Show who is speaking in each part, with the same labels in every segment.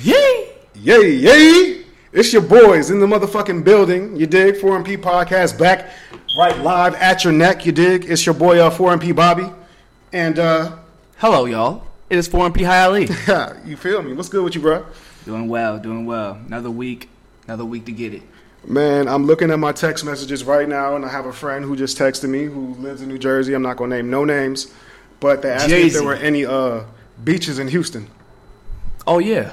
Speaker 1: Yay!
Speaker 2: Yay, yay! It's your boys in the motherfucking building. You dig? 4MP podcast back right live at your neck. You dig? It's your boy uh, 4MP Bobby. And uh
Speaker 1: Hello, y'all. It is 4MP High Ali.
Speaker 2: you feel me? What's good with you, bro?
Speaker 1: doing well, doing well. Another week, another week to get it.
Speaker 2: Man, I'm looking at my text messages right now, and I have a friend who just texted me who lives in New Jersey. I'm not gonna name no names, but they asked me if
Speaker 1: Jay-Z.
Speaker 2: there were any uh beaches in Houston.
Speaker 1: Oh yeah,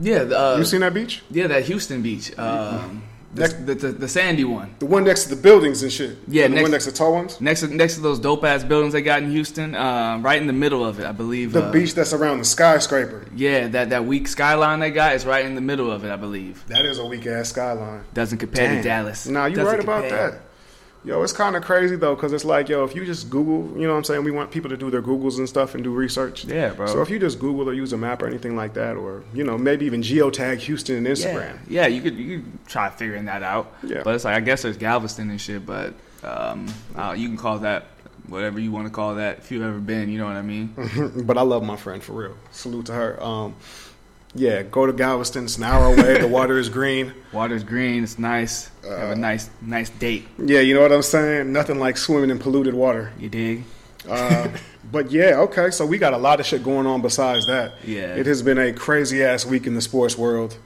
Speaker 1: yeah. the, Uh,
Speaker 2: You seen that beach?
Speaker 1: yeah, that Houston beach, um, the,
Speaker 2: Next-
Speaker 1: the, the, the sandy one.
Speaker 2: The one next to the buildings and shit.
Speaker 1: Yeah,
Speaker 2: the one next
Speaker 1: next-
Speaker 2: to tall ones.
Speaker 1: Next to next to those dope ass buildings they got in Houston, uh, right in the middle of it, I believe.
Speaker 2: The
Speaker 1: uh,
Speaker 2: beach that's around the skyscraper.
Speaker 1: Yeah, that that weak skyline they got is right in the middle of it, I believe.
Speaker 2: That is a weak ass skyline.
Speaker 1: Doesn't compare to Dallas.
Speaker 2: Nah, you
Speaker 1: Doesn't
Speaker 2: right about
Speaker 1: compare.
Speaker 2: that. Yo, it's kind of crazy though, because it's like, yo, if you just Google, you know what I'm saying? We want people to do their Googles and stuff and do research.
Speaker 1: Yeah, bro.
Speaker 2: So if you just Google or use a map or anything like that, or, you know, maybe even geotag Houston and Instagram.
Speaker 1: Yeah, yeah, you could you could try figuring that out.
Speaker 2: Yeah.
Speaker 1: But it's like I guess there's Galveston and shit, but um, uh, you can call that whatever you want to call that if you've ever been. You know what I mean?
Speaker 2: but I love my friend for real. Salute to her. Um, yeah, go to Galveston. It's an hour away. the water is green.
Speaker 1: Water's green. It's nice. Have
Speaker 2: Uh,
Speaker 1: a nice nice date.
Speaker 2: Yeah, you know what I'm saying? Nothing like swimming in polluted water.
Speaker 1: You dig?
Speaker 2: Uh, but yeah, okay. So we got a lot of shit going on besides that.
Speaker 1: Yeah.
Speaker 2: It has been a crazy ass week in the sports world.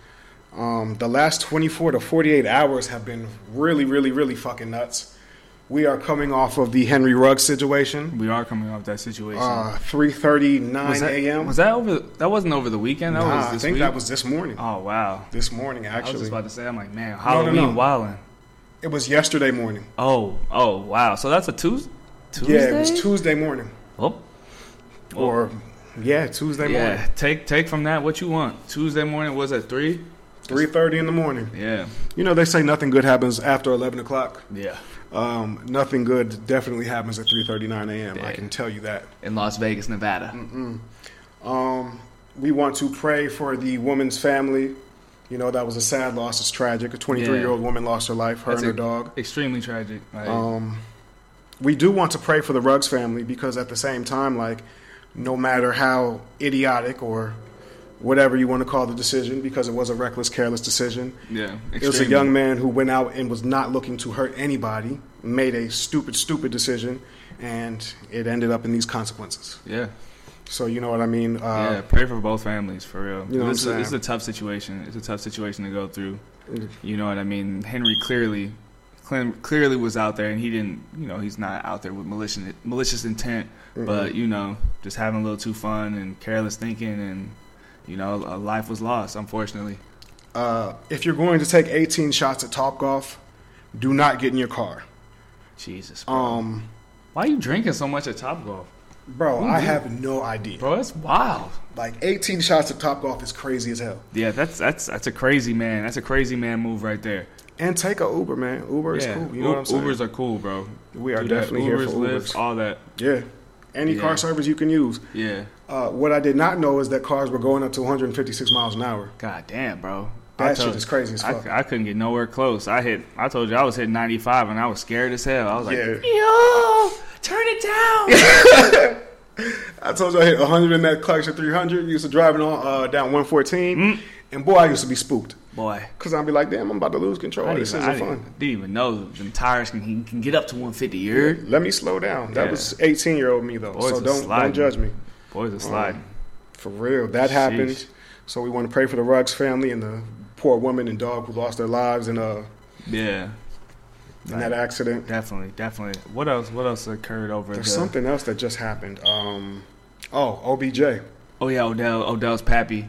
Speaker 2: Um, the last 24 to 48 hours have been really, really, really fucking nuts. We are coming off of the Henry Ruggs situation.
Speaker 1: We are coming off that situation.
Speaker 2: Uh, 3:39
Speaker 1: was that,
Speaker 2: a.m.
Speaker 1: was that over? That wasn't over the weekend. That
Speaker 2: Nah,
Speaker 1: was
Speaker 2: I
Speaker 1: this
Speaker 2: think
Speaker 1: week?
Speaker 2: that was this morning.
Speaker 1: Oh wow.
Speaker 2: This morning,
Speaker 1: I was
Speaker 2: actually,
Speaker 1: just about to say. I'm like, man,
Speaker 2: no,
Speaker 1: Halloween
Speaker 2: no.
Speaker 1: wildin'.
Speaker 2: it was yesterday morning.
Speaker 1: Oh oh wow. So that's a Tues- Tuesday.
Speaker 2: Yeah, it was Tuesday morning,
Speaker 1: Oh.
Speaker 2: or yeah, Tuesday morning,
Speaker 1: Yeah, take take from that what you want. Tuesday morning was at three.
Speaker 2: 3:30 in the morning.
Speaker 1: Yeah,
Speaker 2: You know they say nothing good happens after 11 o'clock.
Speaker 1: yeah.
Speaker 2: Um, nothing good definitely happens at 3:39 a.m. I
Speaker 1: Yeah.
Speaker 2: can tell you that.
Speaker 1: In Las Vegas, Nevada.
Speaker 2: Um, we want to pray for the woman's family. You know that was a sad loss. It's tragic. A 23 year old woman lost her life. Her
Speaker 1: That's
Speaker 2: and her
Speaker 1: it.
Speaker 2: dog.
Speaker 1: Extremely tragic. Like,
Speaker 2: Um, we do want to pray for the Ruggs family because at the same time, like, no matter how idiotic or whatever you want to call the decision, because it was a reckless, careless decision,
Speaker 1: yeah,
Speaker 2: It was a young man who went out and was not looking to hurt anybody, made a stupid, stupid decision, and it ended up in these consequences.
Speaker 1: Yeah,
Speaker 2: So you know what I mean?
Speaker 1: yeah.
Speaker 2: Uh,
Speaker 1: Pray for both families, for real.
Speaker 2: You know what
Speaker 1: this,
Speaker 2: I'm
Speaker 1: is, this is
Speaker 2: saying?
Speaker 1: a tough situation. It's a tough situation to go through.
Speaker 2: Mm-hmm.
Speaker 1: You know what I mean? Henry clearly, clean- clearly was out there, and he didn't. You know, he's not out there with malicious malicious intent,
Speaker 2: Mm-hmm.
Speaker 1: but you know, just having a little too fun and careless thinking, and you know, a life was lost, unfortunately.
Speaker 2: uh, if you're going to take 18 shots at Top Golf, do not get in your car.
Speaker 1: Jesus. bro.
Speaker 2: Um,
Speaker 1: Why you drinking so much at Top Golf?
Speaker 2: bro, I have no idea.
Speaker 1: Bro, that's wild.
Speaker 2: Like 18 shots at Top Golf is crazy as hell.
Speaker 1: Yeah, that's that's that's a crazy man. That's a crazy man move right there.
Speaker 2: And take a Uber, man. Uber is
Speaker 1: yeah.
Speaker 2: cool. You
Speaker 1: U-
Speaker 2: know what I'm saying?
Speaker 1: Ubers are cool, bro.
Speaker 2: we are
Speaker 1: Do that.
Speaker 2: definitely here for
Speaker 1: Lyfts,
Speaker 2: Ubers.
Speaker 1: all that.
Speaker 2: yeah. Any
Speaker 1: Yeah.
Speaker 2: car service you can use.
Speaker 1: Yeah.
Speaker 2: Uh, what I did not know is that cars were going up to 156 miles an hour.
Speaker 1: God damn, bro.
Speaker 2: That
Speaker 1: I told-
Speaker 2: shit is crazy as
Speaker 1: I,
Speaker 2: fuck.
Speaker 1: I couldn't get nowhere close. I hit. I told you I was hitting 95, and I was scared as hell. I was like,
Speaker 2: Yeah.
Speaker 1: yo, turn it down.
Speaker 2: I told you I hit 100 in that clutch at 300. Used to driving on uh, down 114,
Speaker 1: Mm.
Speaker 2: and boy, I used to be spooked
Speaker 1: Boy,
Speaker 2: because I'd be like, "Damn, I'm about to lose control.
Speaker 1: I, didn't,
Speaker 2: This
Speaker 1: even,
Speaker 2: isn't
Speaker 1: I
Speaker 2: fun.
Speaker 1: didn't, didn't even know them tires can he can get up to 150. You heard?
Speaker 2: Let me slow down." That
Speaker 1: Yeah.
Speaker 2: was 18 year old me though,
Speaker 1: Boys
Speaker 2: so
Speaker 1: are
Speaker 2: don't don't
Speaker 1: sliding.
Speaker 2: judge me
Speaker 1: Boys are sliding.
Speaker 2: for real. That happened.
Speaker 1: Sheesh.
Speaker 2: So we want to pray for the Ruggs family and the poor woman and dog who lost their lives in uh
Speaker 1: yeah.
Speaker 2: in that accident.
Speaker 1: Definitely, definitely. What else? What else occurred over
Speaker 2: There's
Speaker 1: the?
Speaker 2: something else that just happened. Um, oh, OBJ.
Speaker 1: Oh yeah, Odell. Odell's pappy.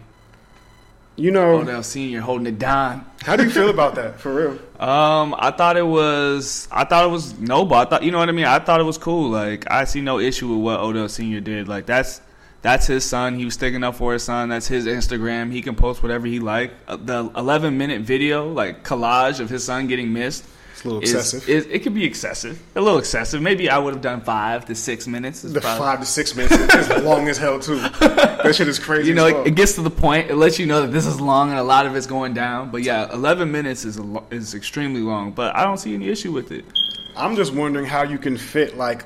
Speaker 2: You know,
Speaker 1: Odell Senior holding it down.
Speaker 2: how do you feel about that? For real.
Speaker 1: Um, I thought it was. I thought it was noble. I thought you know what I mean. I thought it was cool. Like I see no issue with what Odell Senior did. Like that's that's his son. He was sticking up for his son. That's his Instagram. He can post whatever he like. Uh, The 11 minute video, like collage of his son getting missed.
Speaker 2: It's a little
Speaker 1: is-
Speaker 2: excessive.
Speaker 1: Is, it could be excessive. A little excessive. Maybe I would have done five to six minutes. is
Speaker 2: The
Speaker 1: probably-
Speaker 2: five to six minutes is long as hell too. That shit is crazy.
Speaker 1: You know,
Speaker 2: as
Speaker 1: it,
Speaker 2: fuck.
Speaker 1: it gets to the point. It lets you know that this is long and a lot of it's going down. But yeah, 11 minutes is a lo- is extremely long. But I don't see any issue with it.
Speaker 2: I'm just wondering how you can fit like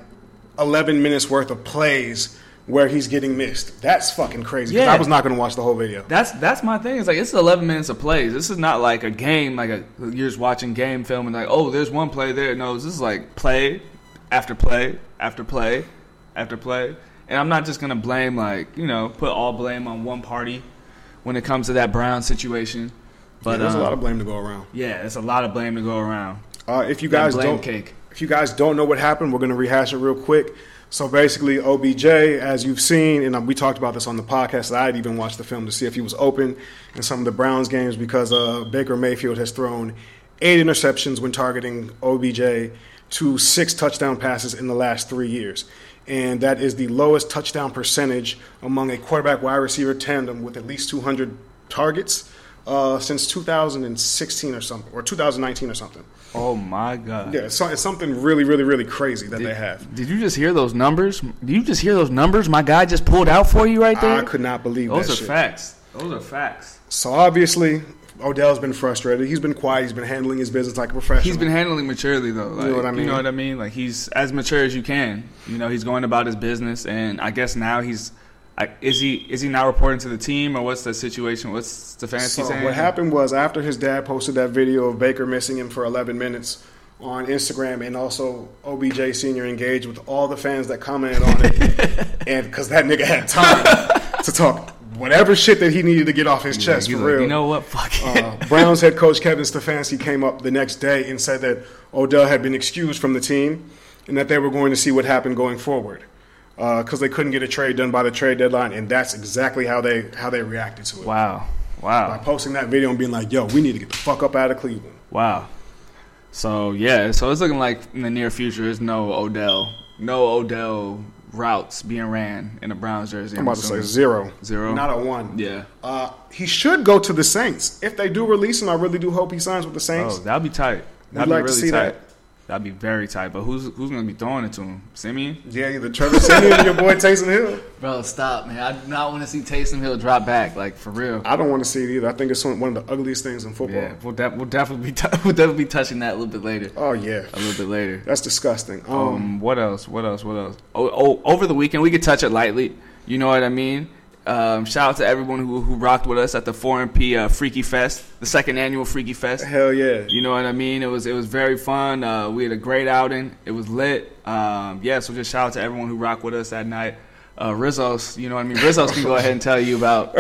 Speaker 2: 11 minutes worth of plays where he's getting missed. That's fucking crazy. 'cause
Speaker 1: Yeah.
Speaker 2: I was not going to watch the whole video.
Speaker 1: That's that's my thing. It's like it's 11 minutes of plays. This is not like a game, like a you're just watching game film and like, oh, there's one play there. No, this is like play after play after play after play. And I'm not just gonna blame like you know put all blame on one party when it comes to that Brown situation. But
Speaker 2: Yeah, there's
Speaker 1: um,
Speaker 2: a lot of blame to go around.
Speaker 1: yeah, it's a lot of blame to go around.
Speaker 2: Uh, if you
Speaker 1: That
Speaker 2: guys
Speaker 1: blame
Speaker 2: don't,
Speaker 1: cake.
Speaker 2: if you guys don't know what happened, we're going to rehash it real quick. So basically, OBJ, as you've seen, and uh, we talked about this on the podcast, I would even watched the film to see if he was open in some of the Browns games because uh, Baker Mayfield has thrown eight interceptions when targeting OBJ to six touchdown passes in the last three years. And that is the lowest touchdown percentage among a quarterback wide receiver tandem with at least 200 targets uh, since 2016 or something, or 2019 or something.
Speaker 1: Oh my god.
Speaker 2: Yeah, it's, so- it's something really, really, really crazy that they have.
Speaker 1: Did you just hear those numbers? Did you just hear those numbers? My guy just pulled out for you right there.
Speaker 2: I could not believe
Speaker 1: those
Speaker 2: that
Speaker 1: are
Speaker 2: shit.
Speaker 1: facts. Those are facts.
Speaker 2: So obviously, Odell's been frustrated. He's been quiet. He's been handling his business like a professional.
Speaker 1: He's been handling maturely though. Like, you know what I mean?
Speaker 2: mean?
Speaker 1: Like he's as mature as you can. You know, he's going about his business, and I guess now he's. I, is he is he now reporting to the team or what's the situation? What's the fantasy
Speaker 2: So
Speaker 1: saying?
Speaker 2: what happened was after his dad posted that video of Baker missing him for 11 minutes on Instagram, and also OBJ Senior engaged with all the fans that commented on it, and because that nigga had time to talk whatever shit that he needed to get off his chest
Speaker 1: He's
Speaker 2: for
Speaker 1: like,
Speaker 2: real.
Speaker 1: you know what? Fuck it.
Speaker 2: Uh, Browns head coach Kevin Stefanski came up the next day and said that Odell had been excused from the team and that they were going to see what happened going forward because they couldn't get a trade done by the trade deadline, and that's exactly how they how they reacted to it
Speaker 1: wow,
Speaker 2: by
Speaker 1: wow,
Speaker 2: posting that video and being like, "Yo, we need to get the fuck up out of Cleveland."
Speaker 1: wow. So yeah, so it's looking like in the near future, there's no Odell, no Odell routes being ran in the Browns jersey.
Speaker 2: I'm about to say zero,
Speaker 1: Zero?
Speaker 2: not a one.
Speaker 1: yeah.
Speaker 2: Uh, he should go to the Saints if they do release him. I really do hope he signs with the
Speaker 1: Oh,
Speaker 2: Saints.
Speaker 1: that'd be tight. That'd
Speaker 2: like
Speaker 1: be
Speaker 2: to
Speaker 1: really
Speaker 2: see
Speaker 1: tight.
Speaker 2: that.
Speaker 1: That'd be very tight. But who's who's gonna be throwing it to him? Simeon.
Speaker 2: Yeah, either Trevor Simeon or your boy Taysom Hill.
Speaker 1: Bro, stop, man. I do not want to see Taysom Hill drop back, like for real.
Speaker 2: I don't want to see it either. I think it's one one of the ugliest things in football.
Speaker 1: Yeah, we'll, de- we'll definitely be t- we'll definitely be touching that a little bit later.
Speaker 2: Oh yeah,
Speaker 1: A little bit later.
Speaker 2: that's disgusting. um
Speaker 1: Um, what else? What else? What else? Oh, oh, over the weekend we could touch it lightly. You know what I mean? Um, shout out to everyone who who rocked with us at the 4MP uh, Freaky Fest, the second annual Freaky Fest.
Speaker 2: Hell yeah.
Speaker 1: You know what I mean? It was it was very fun. Uh, we had a great outing. It was lit. Um, yeah, so just shout out to everyone who rocked with us that night. Uh, Rizzo's, you know what I mean? Rizzo's can go ahead and tell you about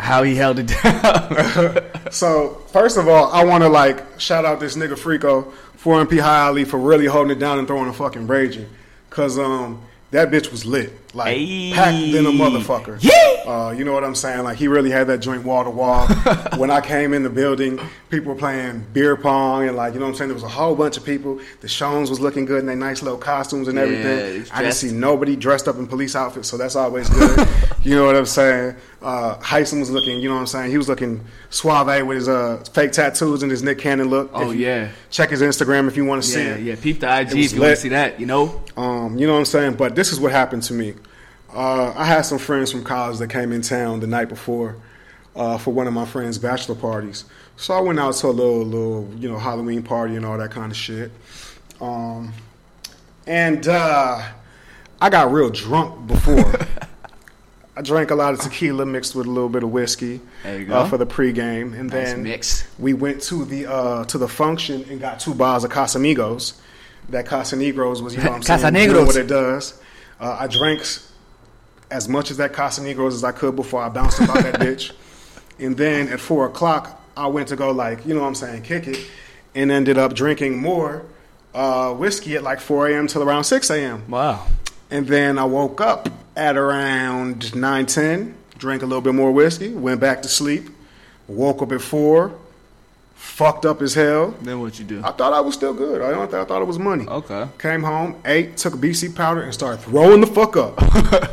Speaker 1: how he held it down.
Speaker 2: So first of all, I want to like shout out this nigga Freako, 4MP High Ali for really holding it down and throwing a fucking rager, cause um that bitch was lit, like
Speaker 1: Ayy.
Speaker 2: packed than a motherfucker.
Speaker 1: Yeah.
Speaker 2: Uh, you know what I'm saying? Like he really had that joint wall to wall. When I came in the building, people were playing beer pong and like you know what I'm saying. There was a whole bunch of people. The Shones was looking good in their nice little costumes and everything.
Speaker 1: he's
Speaker 2: I didn't
Speaker 1: dressed.
Speaker 2: see nobody dressed up in police outfits, so that's always good. you know what I'm saying? Uh, Heisen was looking, you know what I'm saying? He was looking suave with his uh, fake tattoos and his Nick Cannon look.
Speaker 1: Oh,
Speaker 2: If you-
Speaker 1: yeah.
Speaker 2: Check his Instagram if you want to see
Speaker 1: yeah,
Speaker 2: it.
Speaker 1: yeah. Peep the IG
Speaker 2: was
Speaker 1: if you want
Speaker 2: lit.
Speaker 1: to see that. You know,
Speaker 2: Um, you know what I'm saying? But this is what happened to me. Uh, I had some friends from college that came in town the night before uh, for one of my friends' bachelor parties. So I went out to a little, little, you know, Halloween party and all that kind of shit. Um, and uh, I got real drunk before. I drank a lot of tequila mixed with a little bit of whiskey
Speaker 1: There you
Speaker 2: Uh,
Speaker 1: go.
Speaker 2: for the pregame, and
Speaker 1: Nice
Speaker 2: then
Speaker 1: mix.
Speaker 2: we went to the uh, to the function and got two bottles of Casamigos. That Casamigos was, you know, what I'm saying, you know
Speaker 1: Casamigos.
Speaker 2: what it does. Uh, I drank s- as much as that Casamigos as I could before I bounced about that bitch, and then at four o'clock I went to go like, you know, what I'm saying, kick it, and ended up drinking more uh, whiskey at like 4 a.m. till around 6 a.m.
Speaker 1: wow.
Speaker 2: And then I woke up at around nine ten, drank a little bit more whiskey, went back to sleep, woke up at 4, fucked up as hell.
Speaker 1: Then what you do?
Speaker 2: I thought I was still good. I, don't think, I thought it was money.
Speaker 1: Okay.
Speaker 2: Came home, ate, took a BC powder, and started throwing the fuck up.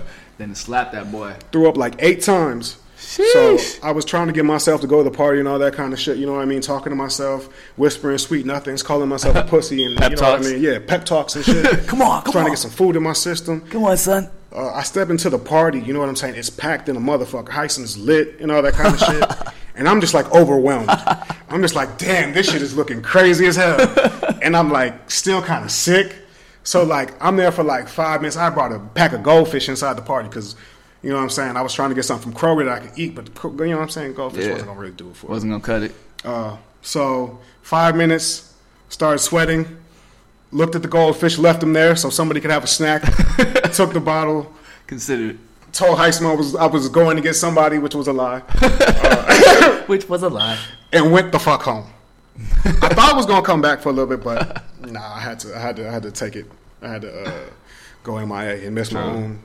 Speaker 1: Then slap that boy.
Speaker 2: Threw up like eight times.
Speaker 1: Sheesh.
Speaker 2: So I was trying to get myself to go to the party and all that kind of shit. You know what I mean? Talking to myself, whispering sweet nothings, calling myself a pussy, and
Speaker 1: Pep
Speaker 2: you know
Speaker 1: talks.
Speaker 2: what I mean? Yeah, pep talks and shit.
Speaker 1: Come on, come
Speaker 2: trying
Speaker 1: on.
Speaker 2: to get some food in my system.
Speaker 1: Come on, son.
Speaker 2: uh, I step into the party, you know what I'm saying? It's packed in a motherfucker. Heisen's lit and all that kind of shit. And I'm just like overwhelmed. I'm just like, damn, this shit is looking crazy as hell. And I'm like still kind of sick. So like I'm there for like five minutes. I brought a pack of goldfish inside the party because you know what I'm saying. I was trying to get something from Kroger that I could eat, but the, you know what I'm saying. Goldfish
Speaker 1: Yeah.
Speaker 2: wasn't gonna really do it for me.
Speaker 1: Wasn't gonna cut it.
Speaker 2: Uh, so five minutes, started sweating, looked at the goldfish, left them there so somebody could have a snack. took the bottle,
Speaker 1: Considered.
Speaker 2: told Heisman I was I was going to get somebody, which was a lie, Uh,
Speaker 1: Which was a lie.
Speaker 2: and went the fuck home. I thought I was gonna come back for a little bit, but nah, I had to I had to I had to take it. I had to uh, go MIA and miss my
Speaker 1: True.
Speaker 2: own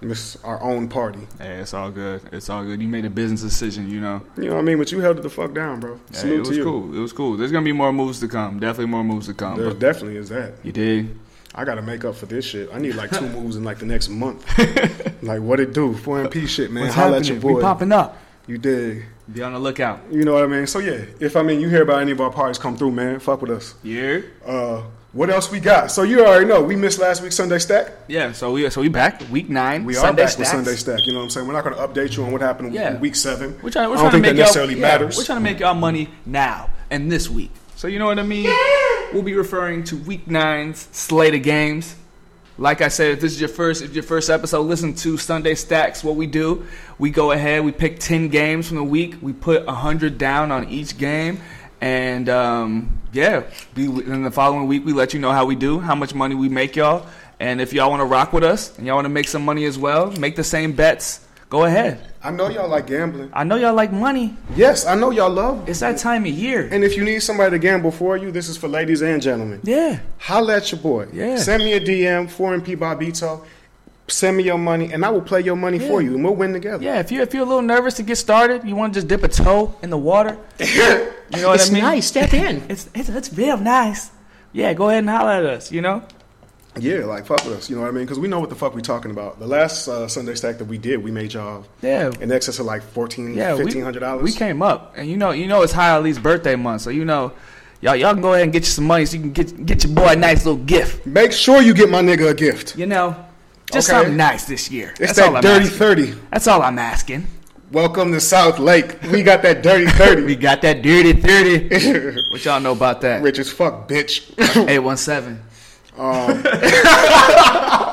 Speaker 2: miss our own party.
Speaker 1: Hey, it's all good. It's all good. You made a business decision, you know.
Speaker 2: You know what I mean? But you held it the fuck down, bro.
Speaker 1: Hey,
Speaker 2: Salute
Speaker 1: it was
Speaker 2: to you.
Speaker 1: cool. It was cool. There's gonna be more moves to come. Definitely more moves to come.
Speaker 2: There
Speaker 1: But
Speaker 2: definitely is that.
Speaker 1: you dig?
Speaker 2: I gotta make up for this shit. I need like two moves in like the next month. like what it do? Four MP shit, man. Holla at your boy.
Speaker 1: up.
Speaker 2: You dig?
Speaker 1: Be on the lookout.
Speaker 2: You know what I mean? So yeah, if I mean you hear about any of our parties, come through, man. Fuck with us.
Speaker 1: Yeah.
Speaker 2: Uh, what else we got? So you already know we missed last week's Sunday Stack.
Speaker 1: Yeah. So we so we back week nine.
Speaker 2: We
Speaker 1: Sunday
Speaker 2: are back with
Speaker 1: Stacks.
Speaker 2: Sunday Stack. You know what I'm saying? We're not going to update you on what happened in
Speaker 1: Yeah.
Speaker 2: week seven.
Speaker 1: We're trying. We're
Speaker 2: I don't
Speaker 1: trying
Speaker 2: think
Speaker 1: to make
Speaker 2: that
Speaker 1: y'all-
Speaker 2: necessarily
Speaker 1: yeah,
Speaker 2: matters.
Speaker 1: we're trying to make y'all money now and this week. So you know what I mean. We'll be referring to week nine's slate of games. Like I said, if this is your first, if your first episode, listen to Sunday Stacks. What we do, we go ahead, we pick ten games from the week, we put hundred down on each game, and um, yeah, be, then the following week we let you know how we do, how much money we make y'all, and if y'all want to rock with us and y'all want to make some money as well, make the same bets. Go ahead.
Speaker 2: I know y'all like gambling.
Speaker 1: I know y'all like money.
Speaker 2: Yes, I know y'all love.
Speaker 1: It's that time of year.
Speaker 2: And if you need somebody to gamble for you, this is for ladies and gentlemen.
Speaker 1: yeah.
Speaker 2: Holla at your boy.
Speaker 1: Yeah.
Speaker 2: Send me a DM, 4MP Bobito. Send me your money, and I will play your money for
Speaker 1: Yeah.
Speaker 2: you, and we'll win together.
Speaker 1: Yeah, if you if you're a little nervous to get started, you want to just dip a toe in the water. You know what I mean?
Speaker 2: Step in.
Speaker 1: It's, it's it's real nice. Yeah, go ahead and holler at us. You know.
Speaker 2: yeah, like fuck with us. You know what I mean? Because we know what the fuck we talking about. The last uh, Sunday stack that we did, we made y'all
Speaker 1: Yeah.
Speaker 2: in excess of like fourteen,
Speaker 1: Yeah. we-
Speaker 2: fifteen hundred dollars.
Speaker 1: We came up, and you know you know it's high Ali's birthday month, so you know. Y'all, y'all can go ahead and get you some money so you can get get your boy a nice little gift.
Speaker 2: Make sure you get my nigga a gift.
Speaker 1: You know, just
Speaker 2: Okay.
Speaker 1: something nice this year.
Speaker 2: It's
Speaker 1: That's all
Speaker 2: that
Speaker 1: I'm
Speaker 2: dirty
Speaker 1: asking.
Speaker 2: thirty.
Speaker 1: That's all I'm asking.
Speaker 2: Welcome to South Lake. We got that dirty thirty.
Speaker 1: We got that dirty thirty. what y'all know about that?
Speaker 2: Rich as fuck, bitch. Um,
Speaker 1: Eight one seven.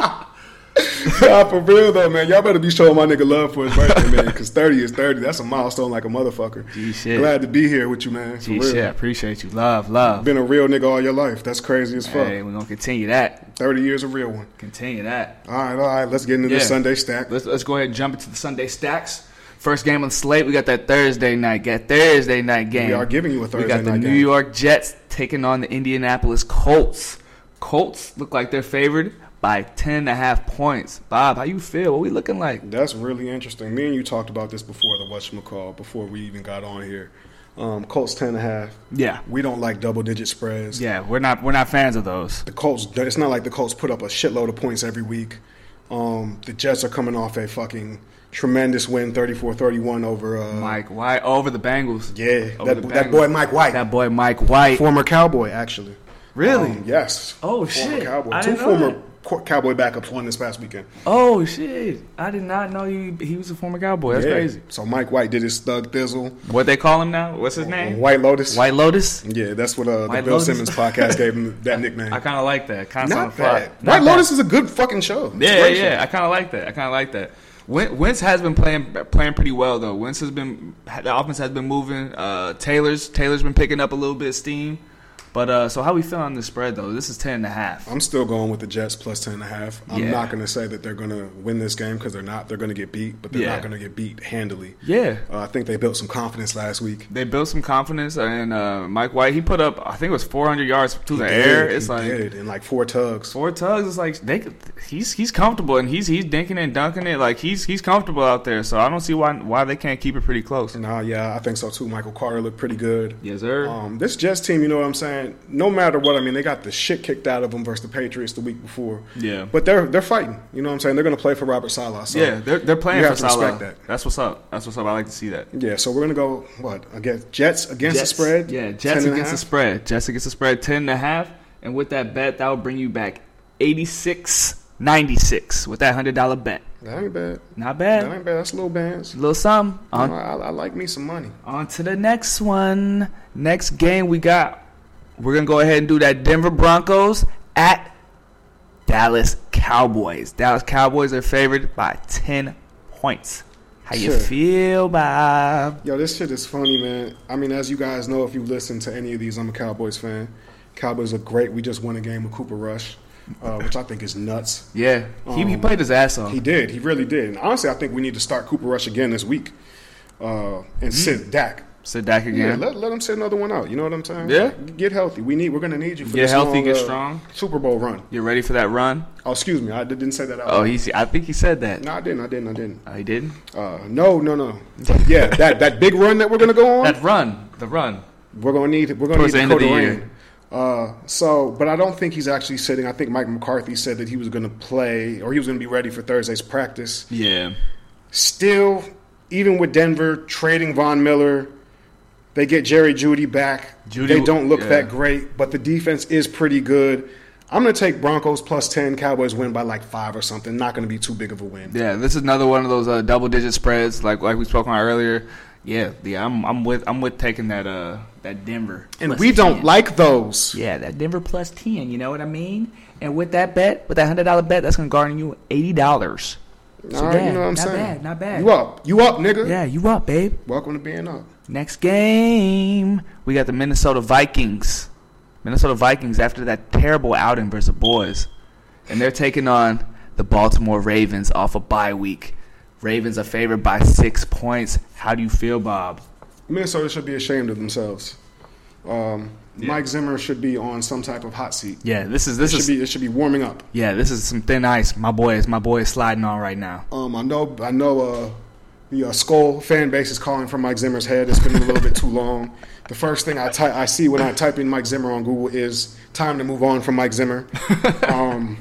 Speaker 2: Nah, for real though, man. Y'all better be showing my nigga love for his birthday, man. Cause thirty is thirty. That's a milestone, like a motherfucker.
Speaker 1: Gee, shit.
Speaker 2: Glad to be here with you, man. For
Speaker 1: Gee,
Speaker 2: real.
Speaker 1: shit, I appreciate you. Love, love.
Speaker 2: Been a real nigga all your life. That's crazy as fuck.
Speaker 1: Hey, we're gonna continue that.
Speaker 2: Thirty years a real one.
Speaker 1: Continue that.
Speaker 2: All right, all right. Let's get into this
Speaker 1: Yeah.
Speaker 2: Sunday stack.
Speaker 1: Let's let's go ahead and jump into the Sunday stacks. First game on the slate, we got that Thursday night. Got Thursday night game.
Speaker 2: We are giving you a
Speaker 1: We
Speaker 2: Thursday
Speaker 1: got the
Speaker 2: night
Speaker 1: New
Speaker 2: game.
Speaker 1: York Jets taking on the Indianapolis Colts. Colts look like they're favored by ten and a half points. Bob, how you feel? What we looking like?
Speaker 2: That's really interesting. Me and you talked about this before the whatchamacall, before we even got on here. Um, Colts ten and a half.
Speaker 1: Yeah,
Speaker 2: We don't like double digit spreads.
Speaker 1: yeah. We're not we're not fans of those.
Speaker 2: The Colts. It's not like the Colts put up a shitload of points every week. Um, the Jets are coming off a fucking tremendous win, 34-31 over. Uh,
Speaker 1: Mike White over the Bengals.
Speaker 2: Yeah,
Speaker 1: Over
Speaker 2: that,
Speaker 1: the
Speaker 2: that
Speaker 1: Bengals.
Speaker 2: boy Mike White,
Speaker 1: That boy Mike White.
Speaker 2: former Cowboy, actually.
Speaker 1: Really?
Speaker 2: Um, yes.
Speaker 1: Oh,
Speaker 2: former
Speaker 1: shit.
Speaker 2: Cowboy.
Speaker 1: I
Speaker 2: Two
Speaker 1: didn't know
Speaker 2: former
Speaker 1: that.
Speaker 2: co- Cowboy backups won this past weekend.
Speaker 1: Oh shit! I did not know he he was a former cowboy. That's
Speaker 2: Yeah.
Speaker 1: crazy.
Speaker 2: So Mike White did his thug thizzle.
Speaker 1: What they call him now? What's his name?
Speaker 2: White Lotus.
Speaker 1: White Lotus.
Speaker 2: Yeah, that's what uh, the
Speaker 1: White
Speaker 2: Bill
Speaker 1: Lotus.
Speaker 2: Simmons podcast gave him that nickname.
Speaker 1: I kind of like that. Kind
Speaker 2: Not
Speaker 1: of
Speaker 2: bad.
Speaker 1: Not
Speaker 2: White
Speaker 1: bad.
Speaker 2: Lotus is a good fucking show. It's a
Speaker 1: Yeah,
Speaker 2: great
Speaker 1: yeah,
Speaker 2: show.
Speaker 1: yeah. I kind of like that. I kind of like that. Wen- Wentz has been playing playing pretty well though. Wentz has been the offense has been moving. Uh, Taylor's Taylor's been picking up a little bit of steam. But uh, so how we feeling on this spread though? This is ten and a half.
Speaker 2: I'm still going with the Jets plus 10.5. I'm
Speaker 1: Yeah.
Speaker 2: not going to say that they're going to win this game because they're not. They're going to get beat, but they're
Speaker 1: Yeah.
Speaker 2: not going to get beat handily.
Speaker 1: Yeah.
Speaker 2: Uh, I think they built some confidence last week.
Speaker 1: They built some confidence, and uh, Mike White he put up I think it was 400 yards to the
Speaker 2: They
Speaker 1: air.
Speaker 2: did.
Speaker 1: It's
Speaker 2: They
Speaker 1: like
Speaker 2: did in like four tugs.
Speaker 1: Four tugs is like they could, he's he's comfortable and he's he's dinking and dunking it like he's he's comfortable out there. So I don't see why why they can't keep it pretty close.
Speaker 2: Nah, yeah, I think so too. Michael Carter looked pretty good.
Speaker 1: Yes, sir.
Speaker 2: Um, this Jets team, you know what I'm saying? No matter what, I mean, they got the shit kicked out of them versus the Patriots the week before.
Speaker 1: Yeah.
Speaker 2: But they're they're fighting. You know what I'm saying? They're going to play for Robert Sala. So.
Speaker 1: yeah, they're they're playing
Speaker 2: you
Speaker 1: for
Speaker 2: have to
Speaker 1: Salah.
Speaker 2: respect that.
Speaker 1: That's what's up. That's what's up. I like to see that.
Speaker 2: Yeah, so we're going to go, what, against Jets against the spread?
Speaker 1: Yeah,
Speaker 2: 10
Speaker 1: Jets
Speaker 2: and a
Speaker 1: against the
Speaker 2: half?
Speaker 1: spread. Jets against the spread, ten and a half. And with that bet, that will bring you back eighty six ninety six with that hundred dollar bet.
Speaker 2: That ain't bad.
Speaker 1: Not
Speaker 2: That
Speaker 1: bad.
Speaker 2: ain't bad. That's little bands.
Speaker 1: Little sum
Speaker 2: You
Speaker 1: on
Speaker 2: know, I, I like me some money.
Speaker 1: On to the next one. Next game we got. We're gonna go ahead and do that Denver Broncos at Dallas Cowboys. Dallas Cowboys are favored by 10 points. How you
Speaker 2: Sure.
Speaker 1: feel, Bob?
Speaker 2: Yo, this shit is funny, man. I mean, as you guys know, if you listen to any of these, I'm a Cowboys fan. Cowboys look great. We just won a game with Cooper Rush, uh, which I think is nuts.
Speaker 1: Yeah, he, he
Speaker 2: Um,
Speaker 1: played his ass off.
Speaker 2: He did. He really did. And honestly, I think we need to start Cooper Rush again this week uh, and
Speaker 1: Mm.
Speaker 2: sit Dak.
Speaker 1: Sit back
Speaker 2: Yeah,
Speaker 1: again.
Speaker 2: let, let him sit another one out. You know what I'm saying?
Speaker 1: Yeah.
Speaker 2: Get healthy. We need. We're gonna need you. For
Speaker 1: Get
Speaker 2: this
Speaker 1: healthy,
Speaker 2: long,
Speaker 1: get
Speaker 2: uh,
Speaker 1: strong.
Speaker 2: Super Bowl run.
Speaker 1: You ready for that run?
Speaker 2: Oh, excuse me. I did- didn't say that out.
Speaker 1: Oh,
Speaker 2: loud.
Speaker 1: he. I think he said that.
Speaker 2: No, I didn't. I didn't. I didn't.
Speaker 1: Oh, he didn't.
Speaker 2: Uh, no, no, no. But yeah, that that big run that we're gonna go on.
Speaker 1: That run, the run.
Speaker 2: We're gonna need we're gonna
Speaker 1: Towards
Speaker 2: need
Speaker 1: the end of
Speaker 2: Dakota
Speaker 1: the year.
Speaker 2: Rain. Uh, so, but I don't think he's actually sitting. I think Mike McCarthy said that he was gonna play or he was gonna be ready for Thursday's practice.
Speaker 1: Yeah.
Speaker 2: Still, even with Denver trading Von Miller, they get Jerry Judy back.
Speaker 1: Jeudy-
Speaker 2: they don't look
Speaker 1: yeah.
Speaker 2: that great, but the defense is pretty good. I'm gonna take Broncos plus ten. Cowboys win by like five or something. Not gonna be too big of a win.
Speaker 1: Yeah, this is another one of those uh, double digit spreads, like like we spoke on earlier. Yeah, yeah, I'm I'm with I'm with taking that uh that Denver.
Speaker 2: And
Speaker 1: plus
Speaker 2: we don't
Speaker 1: 10.
Speaker 2: like those.
Speaker 1: Yeah, that Denver plus ten. You know what I mean? And with that bet, with that hundred dollar bet, that's gonna garner you eighty dollars.
Speaker 2: All right, you know what I'm
Speaker 1: not
Speaker 2: saying?
Speaker 1: bad, not bad.
Speaker 2: You up? You up, nigga?
Speaker 1: Yeah, you up, babe.
Speaker 2: Welcome to being up.
Speaker 1: Next game, we got the Minnesota Vikings. Minnesota Vikings after that terrible outing versus the boys, and they're taking on the Baltimore Ravens off a bye week. Ravens are favored by six points. How do you feel, Bob?
Speaker 2: Minnesota should be ashamed of themselves. Um,
Speaker 1: Yeah.
Speaker 2: Mike Zimmer should be on some type of hot seat.
Speaker 1: Yeah, this is this
Speaker 2: It
Speaker 1: is
Speaker 2: should be it should be warming up.
Speaker 1: yeah, this is some thin ice. My boy is my boy is sliding on right now.
Speaker 2: Um, I know I know uh, the uh, skull fan base is calling for Mike Zimmer's head. It's been a little bit too long. The first thing I ty- I see when I type in Mike Zimmer on Google is time to move on from Mike Zimmer. Um,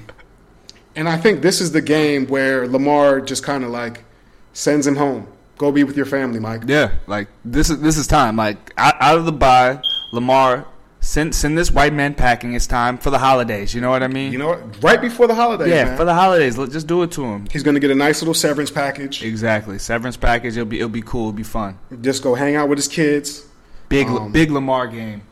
Speaker 2: and I think this is the game where Lamar just kind of like sends him home. Go be with your family, Mike.
Speaker 1: Yeah, like this is this is time. Like out, out of the bye, Lamar send send this white man packing. It's time for the holidays. You know what I mean?
Speaker 2: You know what? Right before the holidays,
Speaker 1: yeah,
Speaker 2: man.
Speaker 1: for the holidays, let, just do it to him.
Speaker 2: he's going to get a nice little severance package.
Speaker 1: Exactly. Severance package. It'll be it'll be cool. It'll be fun.
Speaker 2: just go hang out with his kids.
Speaker 1: Big
Speaker 2: Um,
Speaker 1: big Lamar game.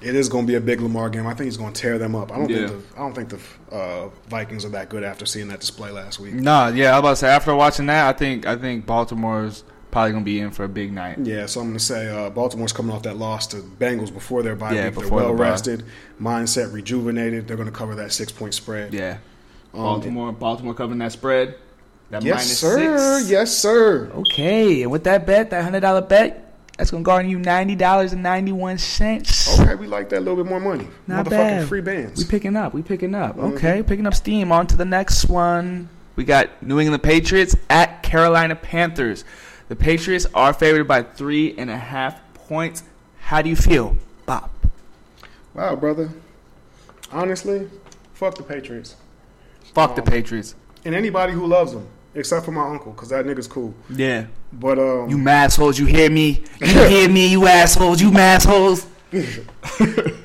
Speaker 2: It is going to be a big Lamar game. I think he's going to tear them up. I don't
Speaker 1: Yeah.
Speaker 2: think the I don't think the uh, Vikings are that good after seeing that display last week.
Speaker 1: Nah, yeah. I was about to say after watching that, I think I think Baltimore's probably gonna be in for a big night.
Speaker 2: Yeah, so I'm going to say uh, Baltimore's coming off that loss to Bengals before their bye
Speaker 1: Yeah,
Speaker 2: week. They're
Speaker 1: before the
Speaker 2: well
Speaker 1: bye.
Speaker 2: rested, mindset rejuvenated. They're going to cover that six point spread.
Speaker 1: Yeah.
Speaker 2: Um,
Speaker 1: Baltimore. Baltimore covering that spread. That
Speaker 2: Yes,
Speaker 1: minus
Speaker 2: sir.
Speaker 1: six.
Speaker 2: Yes, sir.
Speaker 1: Okay, and with that bet, that hundred dollar bet, that's gonna garner you ninety dollars and ninety one cents.
Speaker 2: Okay, we like that little bit more money.
Speaker 1: Not
Speaker 2: Motherfucking
Speaker 1: bad.
Speaker 2: free
Speaker 1: We
Speaker 2: bands.
Speaker 1: picking up. We picking up. Okay, picking up steam. On to the next one. We got New England Patriots at Carolina Panthers. The Patriots are favored by three and a half points. How do you feel, Bob?
Speaker 2: wow, brother. Honestly, fuck the Patriots.
Speaker 1: Fuck the Patriots.
Speaker 2: And anybody who loves them, except for my uncle, because that nigga's cool.
Speaker 1: Yeah.
Speaker 2: But um,
Speaker 1: You assholes, you hear me? You hear me, you assholes, you assholes.